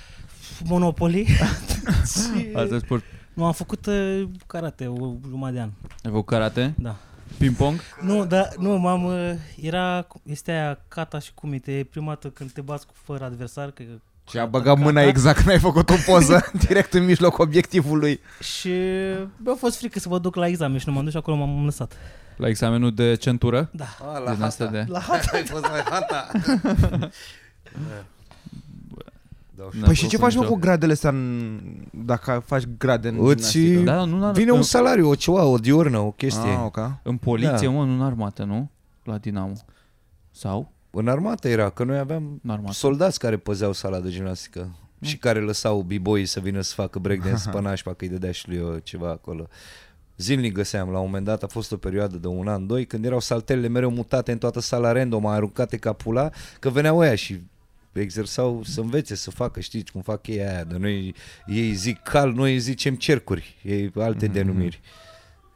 S10: Monopoly.
S3: Alte sport.
S10: nu, am făcut uh, karate o jumătate de an.
S3: Ai făcut karate?
S10: Da.
S3: Ping-pong?
S10: Nu, dar nu, m-am... uh, Era, este aia kata și kumite. E prima dată când te bați cu fără adversar, că
S7: Și a băgat mâna exact când ai făcut o poză, direct în mijlocul obiectivului.
S10: și uh, mi-a fost frică să mă duc la examen și nu m-am dus și acolo m-am lăsat.
S3: La examenul de centură?
S6: A,
S3: Din asta de...
S10: Da. Ah, La Da. hat.
S6: Ai fost la hata.
S7: Păi și ce faci mă cu gradele astea în... dacă faci grade în
S6: Îți
S7: gimnastică?
S3: Da, nu, nu,
S6: vine un salariu, o ceva, o diurnă, o chestie.
S7: Ah,
S6: Ah,
S7: ok.
S3: În poliție,
S6: Da.
S3: mă, nu în armată, nu? La Dinamo. Sau?
S6: în armată era, că noi aveam
S3: În armată.
S6: soldați care păzeau sala de gimnastică și care lăsau biboii să vină să facă breakdance pe nașpa, că îi dădea și lui eu ceva acolo. Zilnic găseam, la un moment dat a fost o perioadă de un an, doi, când erau saltelele mereu mutate în toată sala random, aruncate ca pula, că veneau ăia și exersau să învețe, să facă, știți cum fac ei aia, dar noi ei zic cal, noi zicem cercuri, ei
S3: Mhm,
S6: alte mm-hmm. denumiri.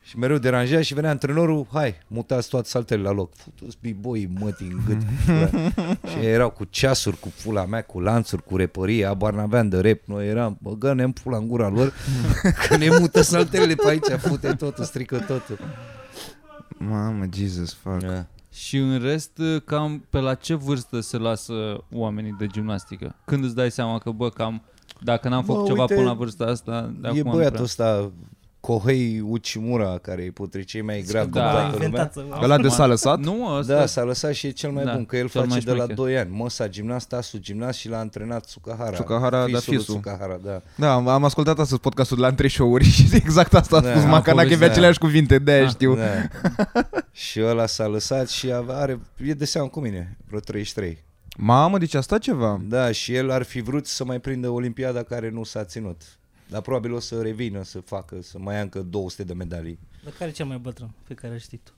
S6: Și mereu deranja și venea antrenorul, hai, mutați toate saltele la loc. Futu-ți biboi, mătii în gât. cu pula. și erau cu ceasuri, cu pula mea, cu lanțuri, cu repărie, abar n-aveam de rep. Noi eram, băgă ne pula în gura lor, că ne mută saltele pe aici, fute totul, strică totul.
S7: Mamă, Jesus, fuck.
S6: Da.
S3: Și în rest, cam pe la ce vârstă se lasă oamenii de gimnastică? Când îți dai seama că, bă, cam, dacă n-am făcut
S6: Bă,
S3: ceva
S6: uite,
S3: până la vârsta asta, de
S6: E
S3: Da, acum
S6: băiatul ăsta Kohei Uchimura, care e putre cei mai grav
S3: Da.
S6: da.
S10: Da,
S6: toată lumea.
S10: inventat să...
S7: Ăla de s-a lăsat?
S3: Nu, ăsta
S6: Da, s-a lăsat și e cel mai
S3: Da,
S6: da, bun, că el
S3: cel mai
S6: face de la
S3: șmecher.
S6: 2 ani. Mosa gimnast, Asu gimnast și l-a antrenat Tsukahara.
S7: Tsukahara, da,
S6: lui
S7: fisul.
S6: Tsukahara, da.
S7: Da, am, am ascultat astăzi podcastul de la între show-uri și exact asta a
S6: Da,
S7: spus
S6: am
S7: Macana, că avea
S6: povestit,
S7: aceleași cuvinte, de
S3: Da.
S7: aia știu.
S6: Da. și ăla s-a lăsat și avea- are, e de seamă cu mine, vreo 33.
S7: Mamă, deci asta ceva?
S6: Da, și el ar fi vrut să mai prindă Olimpiada care nu s-a ținut. Dar probabil o să revină să facă, să mai ia încă 200 de medalii.
S10: Dar care e cel mai bătrân pe care îl știi tu?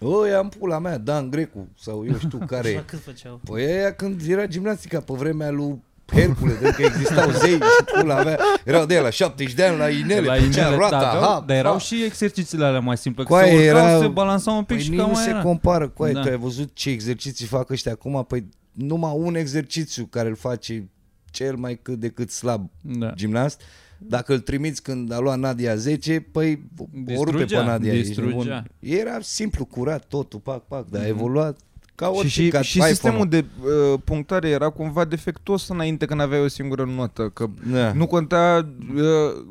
S6: Oi, am pula mea, Dan Grecu, sau eu știu care
S10: Și la
S6: e.
S10: cât făceau?
S6: Păi aia când era gimnastica pe vremea lui Hercule, de că existau zei și pula mea, erau de aia la 70 de ani la inele,
S3: la
S6: la inele
S3: inele,
S6: roata,
S3: da, aveau-
S6: ha,
S3: dar erau
S6: fa.
S3: și exercițiile alea mai simple, că
S6: Coaie,
S3: se urcau,
S6: era-
S3: se balansau un pic
S6: Păi
S3: și
S6: nici
S3: cam
S6: nu
S3: mai
S6: se
S3: era.
S6: compară cu aia,
S3: Da.
S6: tu ai văzut ce exerciții fac ăștia acum, păi numai un exercițiu care îl face cel mai cât de cât slab
S3: Da.
S6: gimnast, dacă îl trimiți când a luat Nadia 10, păi o rupe pe
S3: Distrugea,
S6: Nadia. ești
S3: distrugea.
S6: nebun. Era simplu, curat totul, pac, pac, dar a evoluat ca
S7: și
S6: orice,
S7: și,
S6: ca
S7: și
S6: iPhone-ul.
S7: sistemul de uh, punctare era cumva defectuos înainte când aveai o singură notă, că
S6: Da.
S7: nu conta uh,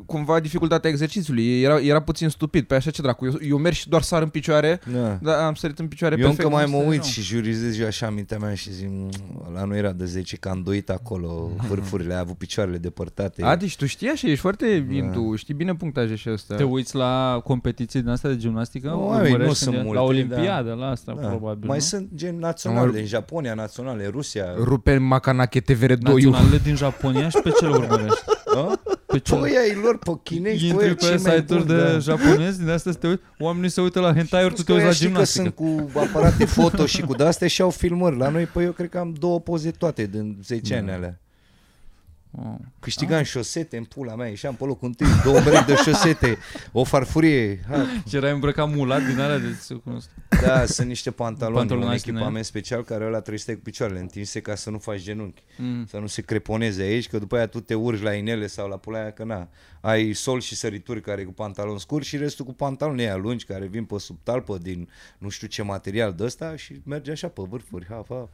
S7: cumva dificultatea exercițiului, era, era puțin stupid, pe așa ce dracu, eu, eu merg și doar sar în picioare,
S6: Da.
S7: dar am sărit în picioare
S6: Eu
S7: perfect.
S6: încă mai
S7: nu
S6: mă
S7: este
S6: uit
S7: rău.
S6: și jurizez eu așa mintea mea și zic, "Mm, ăla nu era de 10, că am doit acolo vârfurile, a avut picioarele depărtate.
S7: A, deci tu știi așa, ești foarte into, știi bine punctaje și astea.
S3: Te uiți la competiții din astea de gimnastică?
S6: Oameni,
S3: Urmărești
S6: nu
S3: când
S6: sunt
S3: e-
S6: multe,
S3: La
S6: da.
S3: Olimpiadă, la asta,
S6: Da.
S3: probabil,
S6: Mai
S3: nu?
S6: sunt gen naționale, în Japonia, naționale, în Rusia.
S7: Rupe Macanache TVR2 -ul.
S3: Naționalele din Japonia și pe ce le urmărești?
S6: A?
S3: Pe ce
S6: Păi ai lor pe chinezi, păi
S3: Intri
S6: ai
S3: pe
S6: cei mai
S3: site-uri
S6: buni,
S3: de
S6: da.
S3: japonezi, din astea să te uiți, oamenii se uită la hentai-uri, tu
S6: Plus
S3: te
S6: că
S3: uiți
S6: ăia
S3: la
S6: știi că
S3: gimnastică.
S6: sunt cu aparate foto și cu de-astea și au filmări. La noi, păi eu cred că am două poze toate din 10 ani alea.
S3: Da. Oh.
S6: Câștigam șosete în pula mea, ieșeam pe locul întâi, două break de șosete, o farfurie. Ha,
S3: Și era îmbrăcat mulat din alea de se cunosc.
S6: Da, sunt niște pantaloni,
S3: Pantaloni
S6: pantaloni un
S3: alți din
S6: echipament special care ăla trebuie să stai cu picioarele întinse ca să nu faci genunchi, mm. să nu se creponeze aici, că după aia tu te urci la inele sau la pula aia, că na, ai sol și sărituri care e cu pantalon scurt și restul cu pantaloni aia lungi care vin pe sub talpă din nu știu ce material de ăsta și merge așa pe vârfuri, hap, hap.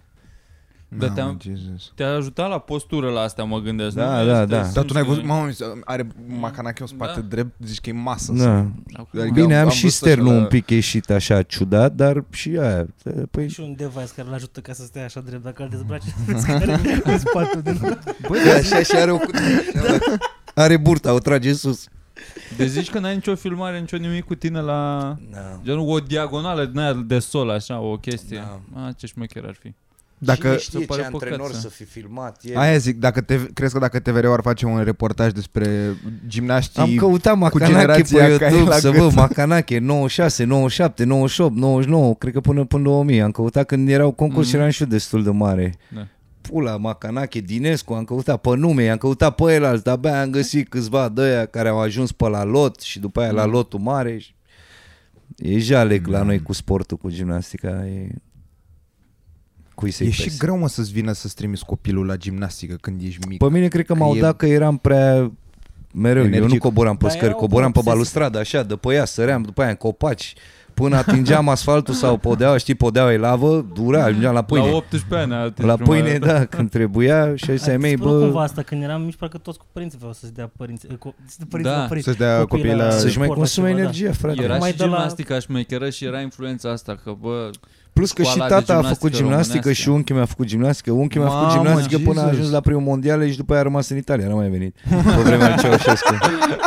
S6: Da,
S3: Dar te-a,
S7: Jesus.
S3: te-a ajutat la postură la astea, mă gândesc.
S6: Da,
S3: nu?
S6: da,
S3: Este
S6: da.
S7: Dar
S3: simț
S7: tu n-ai
S3: că-
S7: văzut, mamă, are Macanache în spate
S3: Da.
S7: drept, zici că e masă.
S6: Da.
S3: Acum,
S7: Adică
S6: Bine, am, am și
S7: văzut așa da.
S6: sternul
S7: la-
S6: un pic ieșit așa ciudat, dar și aia, păi
S10: Și un device care îl ajută ca să stea așa drept, dacă îl dezbraci, vezi că are în spate de
S6: Băi, da, așa și are o... Da. Are burta, o trage sus.
S3: De zici că n-ai nicio filmare, nicio nimic cu tine la...
S6: Da.
S3: Genul o diagonală din aia de sol, așa, o chestie. Da. A, ce șmecher ar fi.
S7: Dacă,
S6: Cine
S3: Se
S6: știe
S3: pare
S6: ce
S3: păcat da.
S6: antrenor
S3: să-
S6: să fi filmat el?
S7: aia zic, dacă te, crezi că dacă TVR-ul ar face un reportaj despre gimnaștii...
S6: Am căutat Macanache pe
S7: generația care e
S6: YouTube
S7: la
S6: să
S7: gât.
S6: văd Macanache 96, 97, 98, 99, cred că până până 2000. Am căutat când erau concurs și eram și eu destul de mare.
S3: Mhm. Da.
S6: Pula, Macanache, Dinescu, am căutat pe nume, am căutat pe el alți, de-abia am găsit câțiva de care au ajuns pe la lot și după aia
S3: Mhm.
S6: la lotul mare. Și... E jalec
S3: Da.
S6: la noi cu sportul, cu gimnastica. E... Cui
S7: E
S6: să-i
S7: și
S6: pese.
S7: greu mă să-ți vină să-ți trimiți copilul la gimnastică când ești mic.
S6: Pe mine cred că
S7: Că
S6: m-au
S7: e-
S6: dat că eram prea mereu, eu nu
S7: Energic.
S6: coboram pe
S10: Dar
S6: scări,
S10: erau
S6: coboram pe
S10: obsesiv.
S6: balustradă așa, de pe ea săream, după aia în copaci, până atingeam asfaltul sau podeaua, știi, podeaua e lavă, dura, ajungeam la pâine.
S3: La
S6: La,
S3: 18 ani. a-
S6: la
S3: prima
S6: pâine,
S3: dată.
S6: da, când trebuia și ai să mei,
S10: Adică cumva
S6: bă,
S10: asta, când eram mici, parcă toți cu părinții vreau să-și dea părinți, eh, cu, să părinții
S3: Da,
S10: la părinți,
S7: să-și dea copiii la-
S6: să-și mai
S10: sport, la
S6: consume
S10: ceva, da.
S6: energia, frate.
S3: Era
S10: Mai
S3: și
S10: de la-
S3: gimnastica șmecheră și era influența asta, că bă,
S6: Plus că și
S3: școala de
S6: tata a
S3: gimnastică
S6: făcut gimnastică
S3: românească.
S6: și unchiul mi-a făcut gimnastică, unchiul mi-a făcut
S7: Mamă,
S6: gimnastică până a
S7: Jesus.
S6: ajuns la primul mondial și după aia a rămas în Italia, n-a mai venit. Pe vremea Ceaușescu.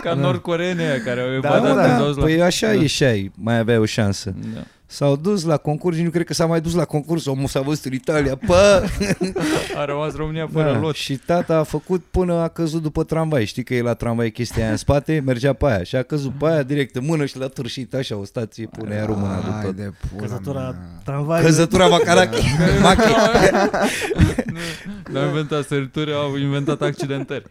S3: ca nord care au
S7: da,
S3: evadat
S7: mă,
S3: când
S7: da.
S3: au ajuns la...
S6: Păi așa
S3: Da.
S6: ieșeai, mai aveai o șansă.
S3: Da.
S6: S-au dus la concurs și nu cred că s-a mai dus la concurs. Omul s-a văzut în Italia. Pă!
S3: A rămas România fără
S6: Da,
S3: lot.
S6: și tata a făcut până a căzut după tramvai. Știi că e la tramvai chestia aia în spate, mergea pe aia și a căzut pe aia direct în mână și l-a târșit așa o stație, pune aia româna de tot.
S7: de pula
S10: Căzătura
S7: mea.
S10: tramvaiului.
S6: Căzătura Macarache. Machi-
S3: N-au inventat sărituri, au inventat accidentări.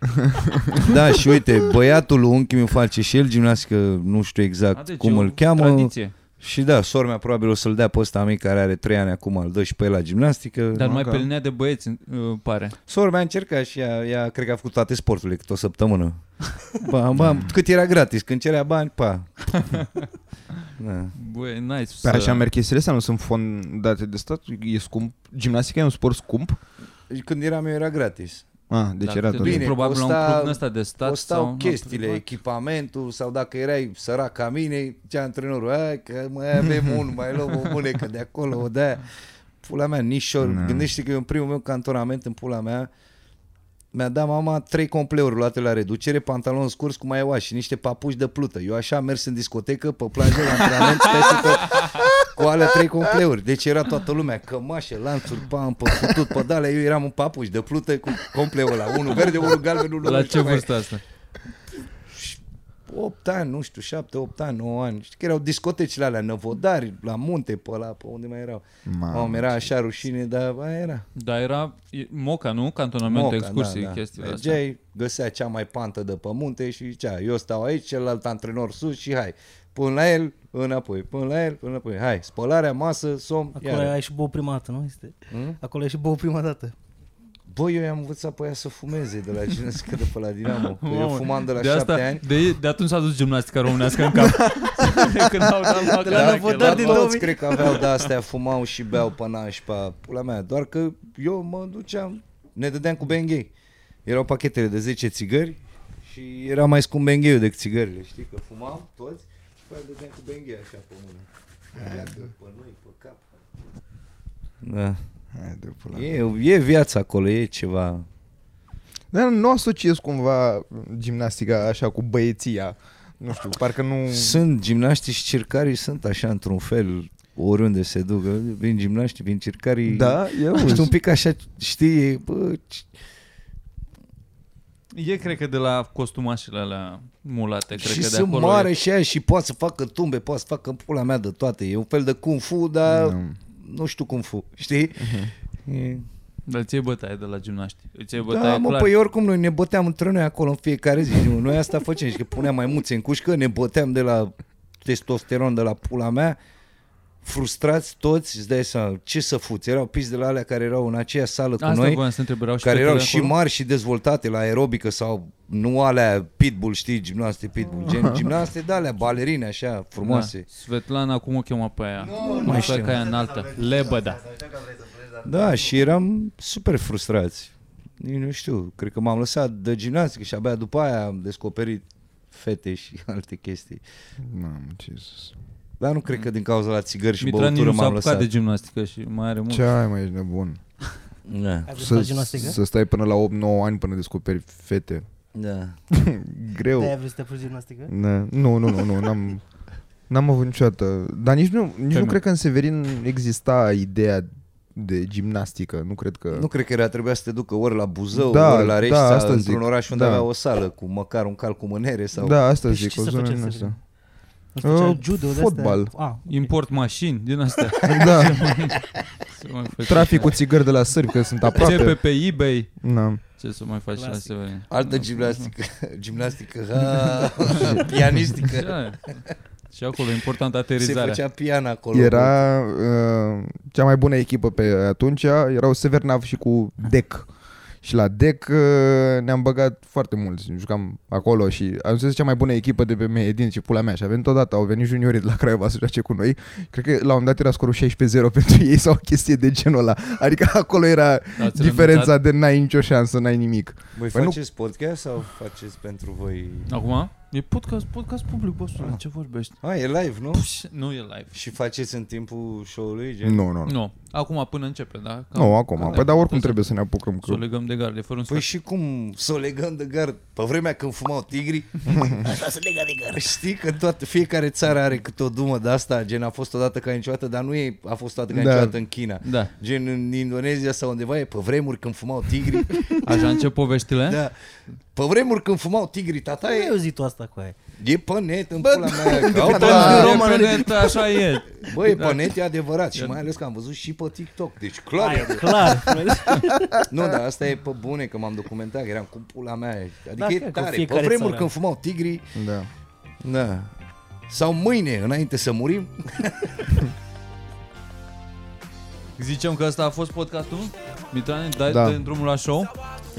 S6: Da, și uite, băiatul lui unchiul meu face și el gimnastică, nu știu exact
S3: A, deci e
S6: cum
S3: o
S6: îl cheamă.
S3: Tradiție.
S6: Și da, sora mea probabil o să-l dea pe ăsta mic care are 3 ani acum, îl dă și pe el la gimnastică.
S3: Dar mai
S7: că-
S3: pe linia de băieți, uh, pare.
S6: Sora mea a încercat și ea, ea, cred că a făcut toate sporturile cât o săptămână. Bam, bam, cât era gratis, când cerea bani, pa. Da.
S3: Băi, nice. uh,
S7: Pe
S6: Păi
S3: să-
S7: așa merg chestiile astea, nu sunt fondate de stat, e scump. Gimnastica e un sport scump.
S6: Când eram eu era gratis.
S7: Ah, deci
S3: dacă
S7: era
S3: te
S7: tot.
S3: duci
S6: Bine,
S3: probabil la un
S6: costa-
S3: club din ăsta de stat
S6: Costau
S3: sau
S6: chestiile, echipamentul sau dacă erai sărac ca mine, cea antrenorul, hai că mai avem unul, mai luăm o bunecă de acolo, o de aia. Pula mea, nici eu,
S3: Da.
S7: Na.
S6: gândește că eu în primul meu cantonament în pula mea, mi-a dat mama trei compleuri luate la reducere, pantaloni scurs cu maieuaș și niște papuși de plută. Eu așa am mers în discotecă, pe plajă, la antrenament, peste tot, cu alea trei compleuri. Deci era toată lumea, cămașe, lanțuri, pam, pe putut, pe dalea. Eu eram un papuș de plută cu compleul ăla, unul verde, unul galben, unul
S3: La
S6: nu știu
S3: ce
S6: mai.
S3: vârstă asta?
S6: 8 ani, nu știu, 7, 8 ani, 9 ani. Știi că erau discotecile alea, năvodari, la munte, pe ăla, pe unde mai erau.
S7: Mamă,
S6: Om, era așa rușine, dar aia era.
S3: Da, era e- Moca, nu? Cantonament, Moca, excursii, da, da. chestiile astea.
S6: Mergeai, găsea cea mai pantă de pe munte și zicea, eu stau aici, celălalt antrenor sus și hai. Până la el, înapoi, până la el, până înapoi. Hai, spălarea, masă, somn,
S10: Acolo
S6: iar.
S10: ai și băut prima dată, nu? Este? Acolo ai și băut prima dată.
S6: Bă, eu i-am învățat pe ea să fumeze de la gimnastică de pe la Dinamo. Că eu
S3: Mamă,
S6: fumam de la
S3: de
S6: 7
S3: asta,
S6: ani.
S3: De, de atunci s-a dus gimnastica românească în cap. Când au dat Moca,
S10: De la
S3: da,
S10: Năvodari
S3: că
S6: Dar
S10: Dar
S3: era-
S6: din
S10: din
S6: toți
S10: 2000.
S6: cred că aveau de astea, fumau și beau pe nașpa, pula mea, doar că eu mă duceam, ne dădeam cu benghei. Erau pachetele de 10 țigări și era mai scump bengheiul decât țigările, știi, că fumam toți și pe aia dădeam cu benghei așa pe mână. Iată, pe noi, pe cap. Da.
S7: Hai de pula.
S6: E, e viața acolo, e ceva.
S7: Dar nu asociez cumva gimnastica așa cu băieția. Nu știu, parcă nu...
S6: Sunt gimnaști și circarii, sunt așa într-un fel, oriunde se duc, vin gimnaști, vin circarii.
S7: Da, eu
S6: Ești un pic așa, știi, bă, ce-
S3: E, cred că, de la costumașele alea mulate. Cred
S6: și
S3: că de
S6: sunt
S3: acolo
S6: mare
S3: e.
S6: și aia și poate să facă tumbe, poate să facă în pula mea de toate. E un fel de kung fu, dar
S7: Mm.
S6: nu știu kung fu, știi? E-
S3: Dar ți-ai bătaie de la gimnaști. Îți iei bătaie,
S6: Da, mă,
S3: clar.
S6: păi oricum noi ne băteam între noi acolo în fiecare zi. Nu, Noi asta facem și că puneam mai muțe în cușcă, ne băteam de la testosteron, de la pula mea, frustrați toți, îți dai seama, ce să fuți, erau piși de la alea care erau în aceeași sală cu
S3: Asta
S6: noi
S3: voiam să întreb, erau și
S6: care
S3: fetele
S6: erau și
S3: acolo?
S6: mari și dezvoltate la aerobică sau nu alea pitbull, știi, gimnaste pitbull, gen gimnaste, da, alea balerine așa frumoase.
S3: Da. Svetlana, cum o chema pe aia? Nu, nu știu. Că aia înaltă. Lebăda.
S6: Da, și eram super frustrați. Eu nu știu, cred că m-am lăsat de gimnastică și abia după aia am descoperit fete și alte chestii.
S7: Mamă, Jesus.
S6: Dar nu cred că din cauza la țigări și
S3: Mitran
S6: băutură
S3: nu s-a
S6: m-am
S3: apucat
S6: lăsat.
S3: de gimnastică și mai are mult.
S7: Ce ai mai ești nebun?
S6: Da.
S10: Ai văzut la
S7: Să,
S10: gimnastică?
S7: să stai până la 8-9 ani până descoperi fete.
S6: da.
S7: Greu.
S10: De-aia vrei să te apuci de gimnastică?
S7: Da. Nu, nu, nu, nu, n-am, n-am avut niciodată. Dar nici nu, nici nu
S3: Femeie.
S7: cred că în Severin exista ideea de gimnastică. Nu cred că...
S6: Nu cred că era trebuia să te ducă ori la Buzău,
S7: Da,
S6: ori la
S7: da,
S6: Reșița,
S7: asta
S6: într-un
S7: zic.
S6: oraș unde
S7: Da.
S6: avea o sală cu măcar un cal cu mânere sau...
S7: Da, asta
S10: Păi
S7: zic,
S10: și
S7: o
S10: ce să
S7: zonă
S10: facem
S7: din
S10: în Severin?
S7: asta.
S10: Nu se făcea
S7: Uh,
S10: judo de
S7: fotbal.
S10: Astea? Ah,
S3: Import mașini din astea.
S7: Da,
S3: Să mai faci
S7: trafic cu țigări de la sârbi, că sunt
S3: așa. Ce pe,
S7: aproape.
S3: pe eBay.
S7: Da.
S3: Ce să mai faci la
S10: Clasic.
S3: Severin? Da.
S6: Altă gimnastică, gimnastică, ha, pianistică.
S3: Da. Și acolo e important
S6: Se
S3: aterizarea.
S6: făcea pian acolo.
S7: Era uh, cea mai bună echipă pe atunci, erau Severnav și cu Dec. Și la Dec uh, ne-am băgat foarte mulți, jucam acolo și am zis cea mai bună echipă de pe Mehedin și pula mea și avem totodată, au venit juniorii de la Craiova să joace cu noi. Cred că la un dat era scorul 16-0 pentru ei sau o chestie de genul ăla. Adică acolo era
S3: Ați
S7: diferența de n-ai nicio șansă, n-ai nimic.
S6: Voi
S7: Păi nu-
S6: faceți podcast sau faceți pentru voi?
S3: Acum? E podcast, podcast public, bosule, ce vorbești?
S6: A, Ah, e live, nu?
S3: Puș, nu e live.
S6: Și faceți în timpul show-ului? Gen?
S7: Nu, nu, nu.
S3: Nu, acum până începe, da? Cam-
S7: Nu, acum.
S3: cam-
S7: Păi, dar oricum trebuie să ne apucăm.
S3: Să
S7: Că...
S3: o legăm de gard, e fără un
S6: Păi
S3: păi
S6: și cum să o legăm de gard? Pe vremea când fumau tigri, așa se lega de gard. Știi că toată, fiecare țară are câte o dumă de asta, gen a fost odată ca niciodată, dar nu e, a fost odată ca
S7: Da.
S6: niciodată în China.
S3: Da.
S6: Gen în Indonezia sau undeva e pe vremuri când fumau tigri.
S3: Așa încep poveștile?
S6: da. Pe vremuri când fumau tigri, tata
S10: Ai
S6: e,
S10: auzit tu asta cu aia?
S6: e pe net în pula mea. Că,
S3: Pe
S6: da,
S3: român, net, așa e.
S6: bă, e
S3: Da.
S6: pe net, e adevărat și mai ales că am văzut și pe TikTok. Deci clar, e
S10: Aia, clar.
S6: Nu, dar asta e pe bune că m-am documentat, că eram cu pula mea. Adică
S10: Da,
S6: e
S10: cred că
S6: tare. Pe
S10: fiecare
S6: vremuri
S10: țară.
S6: când fumau tigri,
S7: Da.
S6: da. Sau mâine, înainte să murim.
S3: Zicem că ăsta a fost podcastul. Mitrane, dai
S7: Da.
S3: da. drumul la show.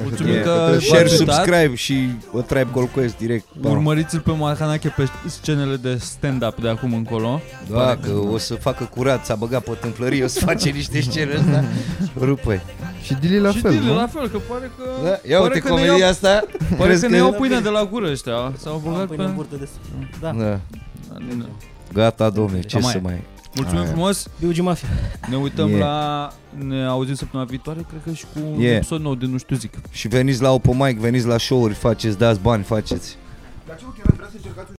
S3: Mulțumim
S7: trebuie.
S3: că
S7: Că trebuie.
S3: v-ați
S6: Share,
S3: uitat.
S6: subscribe și o tribe Called Quest direct. Pa.
S3: Urmăriți-l pe Mahanache pe scenele de stand-up de acum încolo.
S6: Da, că o să facă curat, s-a băgat pe tâmplărie, o să face niște scene ăsta. Rupă.
S7: Și Dili la
S3: și
S7: fel,
S3: tine,
S7: nu?
S3: la fel, că pare că...
S6: Da, ia
S3: pare
S6: uite
S3: că ne iau-
S6: comedia asta.
S3: Pare
S6: crezi
S3: că ne iau pâine de la gură ăștia. S-au băgat
S10: Pâine păi în
S3: pe...
S10: burtă de sus. Da.
S6: Da.
S3: Da.
S6: Gata, domne, ce
S3: Cam
S6: să
S3: aia.
S6: mai...
S3: Mulțumim
S7: Aia.
S3: frumos.
S10: Biugi Mafia.
S3: Ne uităm
S6: Yeah.
S3: la... Ne auzim săptămâna viitoare, cred că și cu un
S6: Yeah.
S3: episod nou de nu știu zic.
S6: Și veniți la open mic, veniți la show-uri, faceți, dați bani, faceți.
S7: Dar ce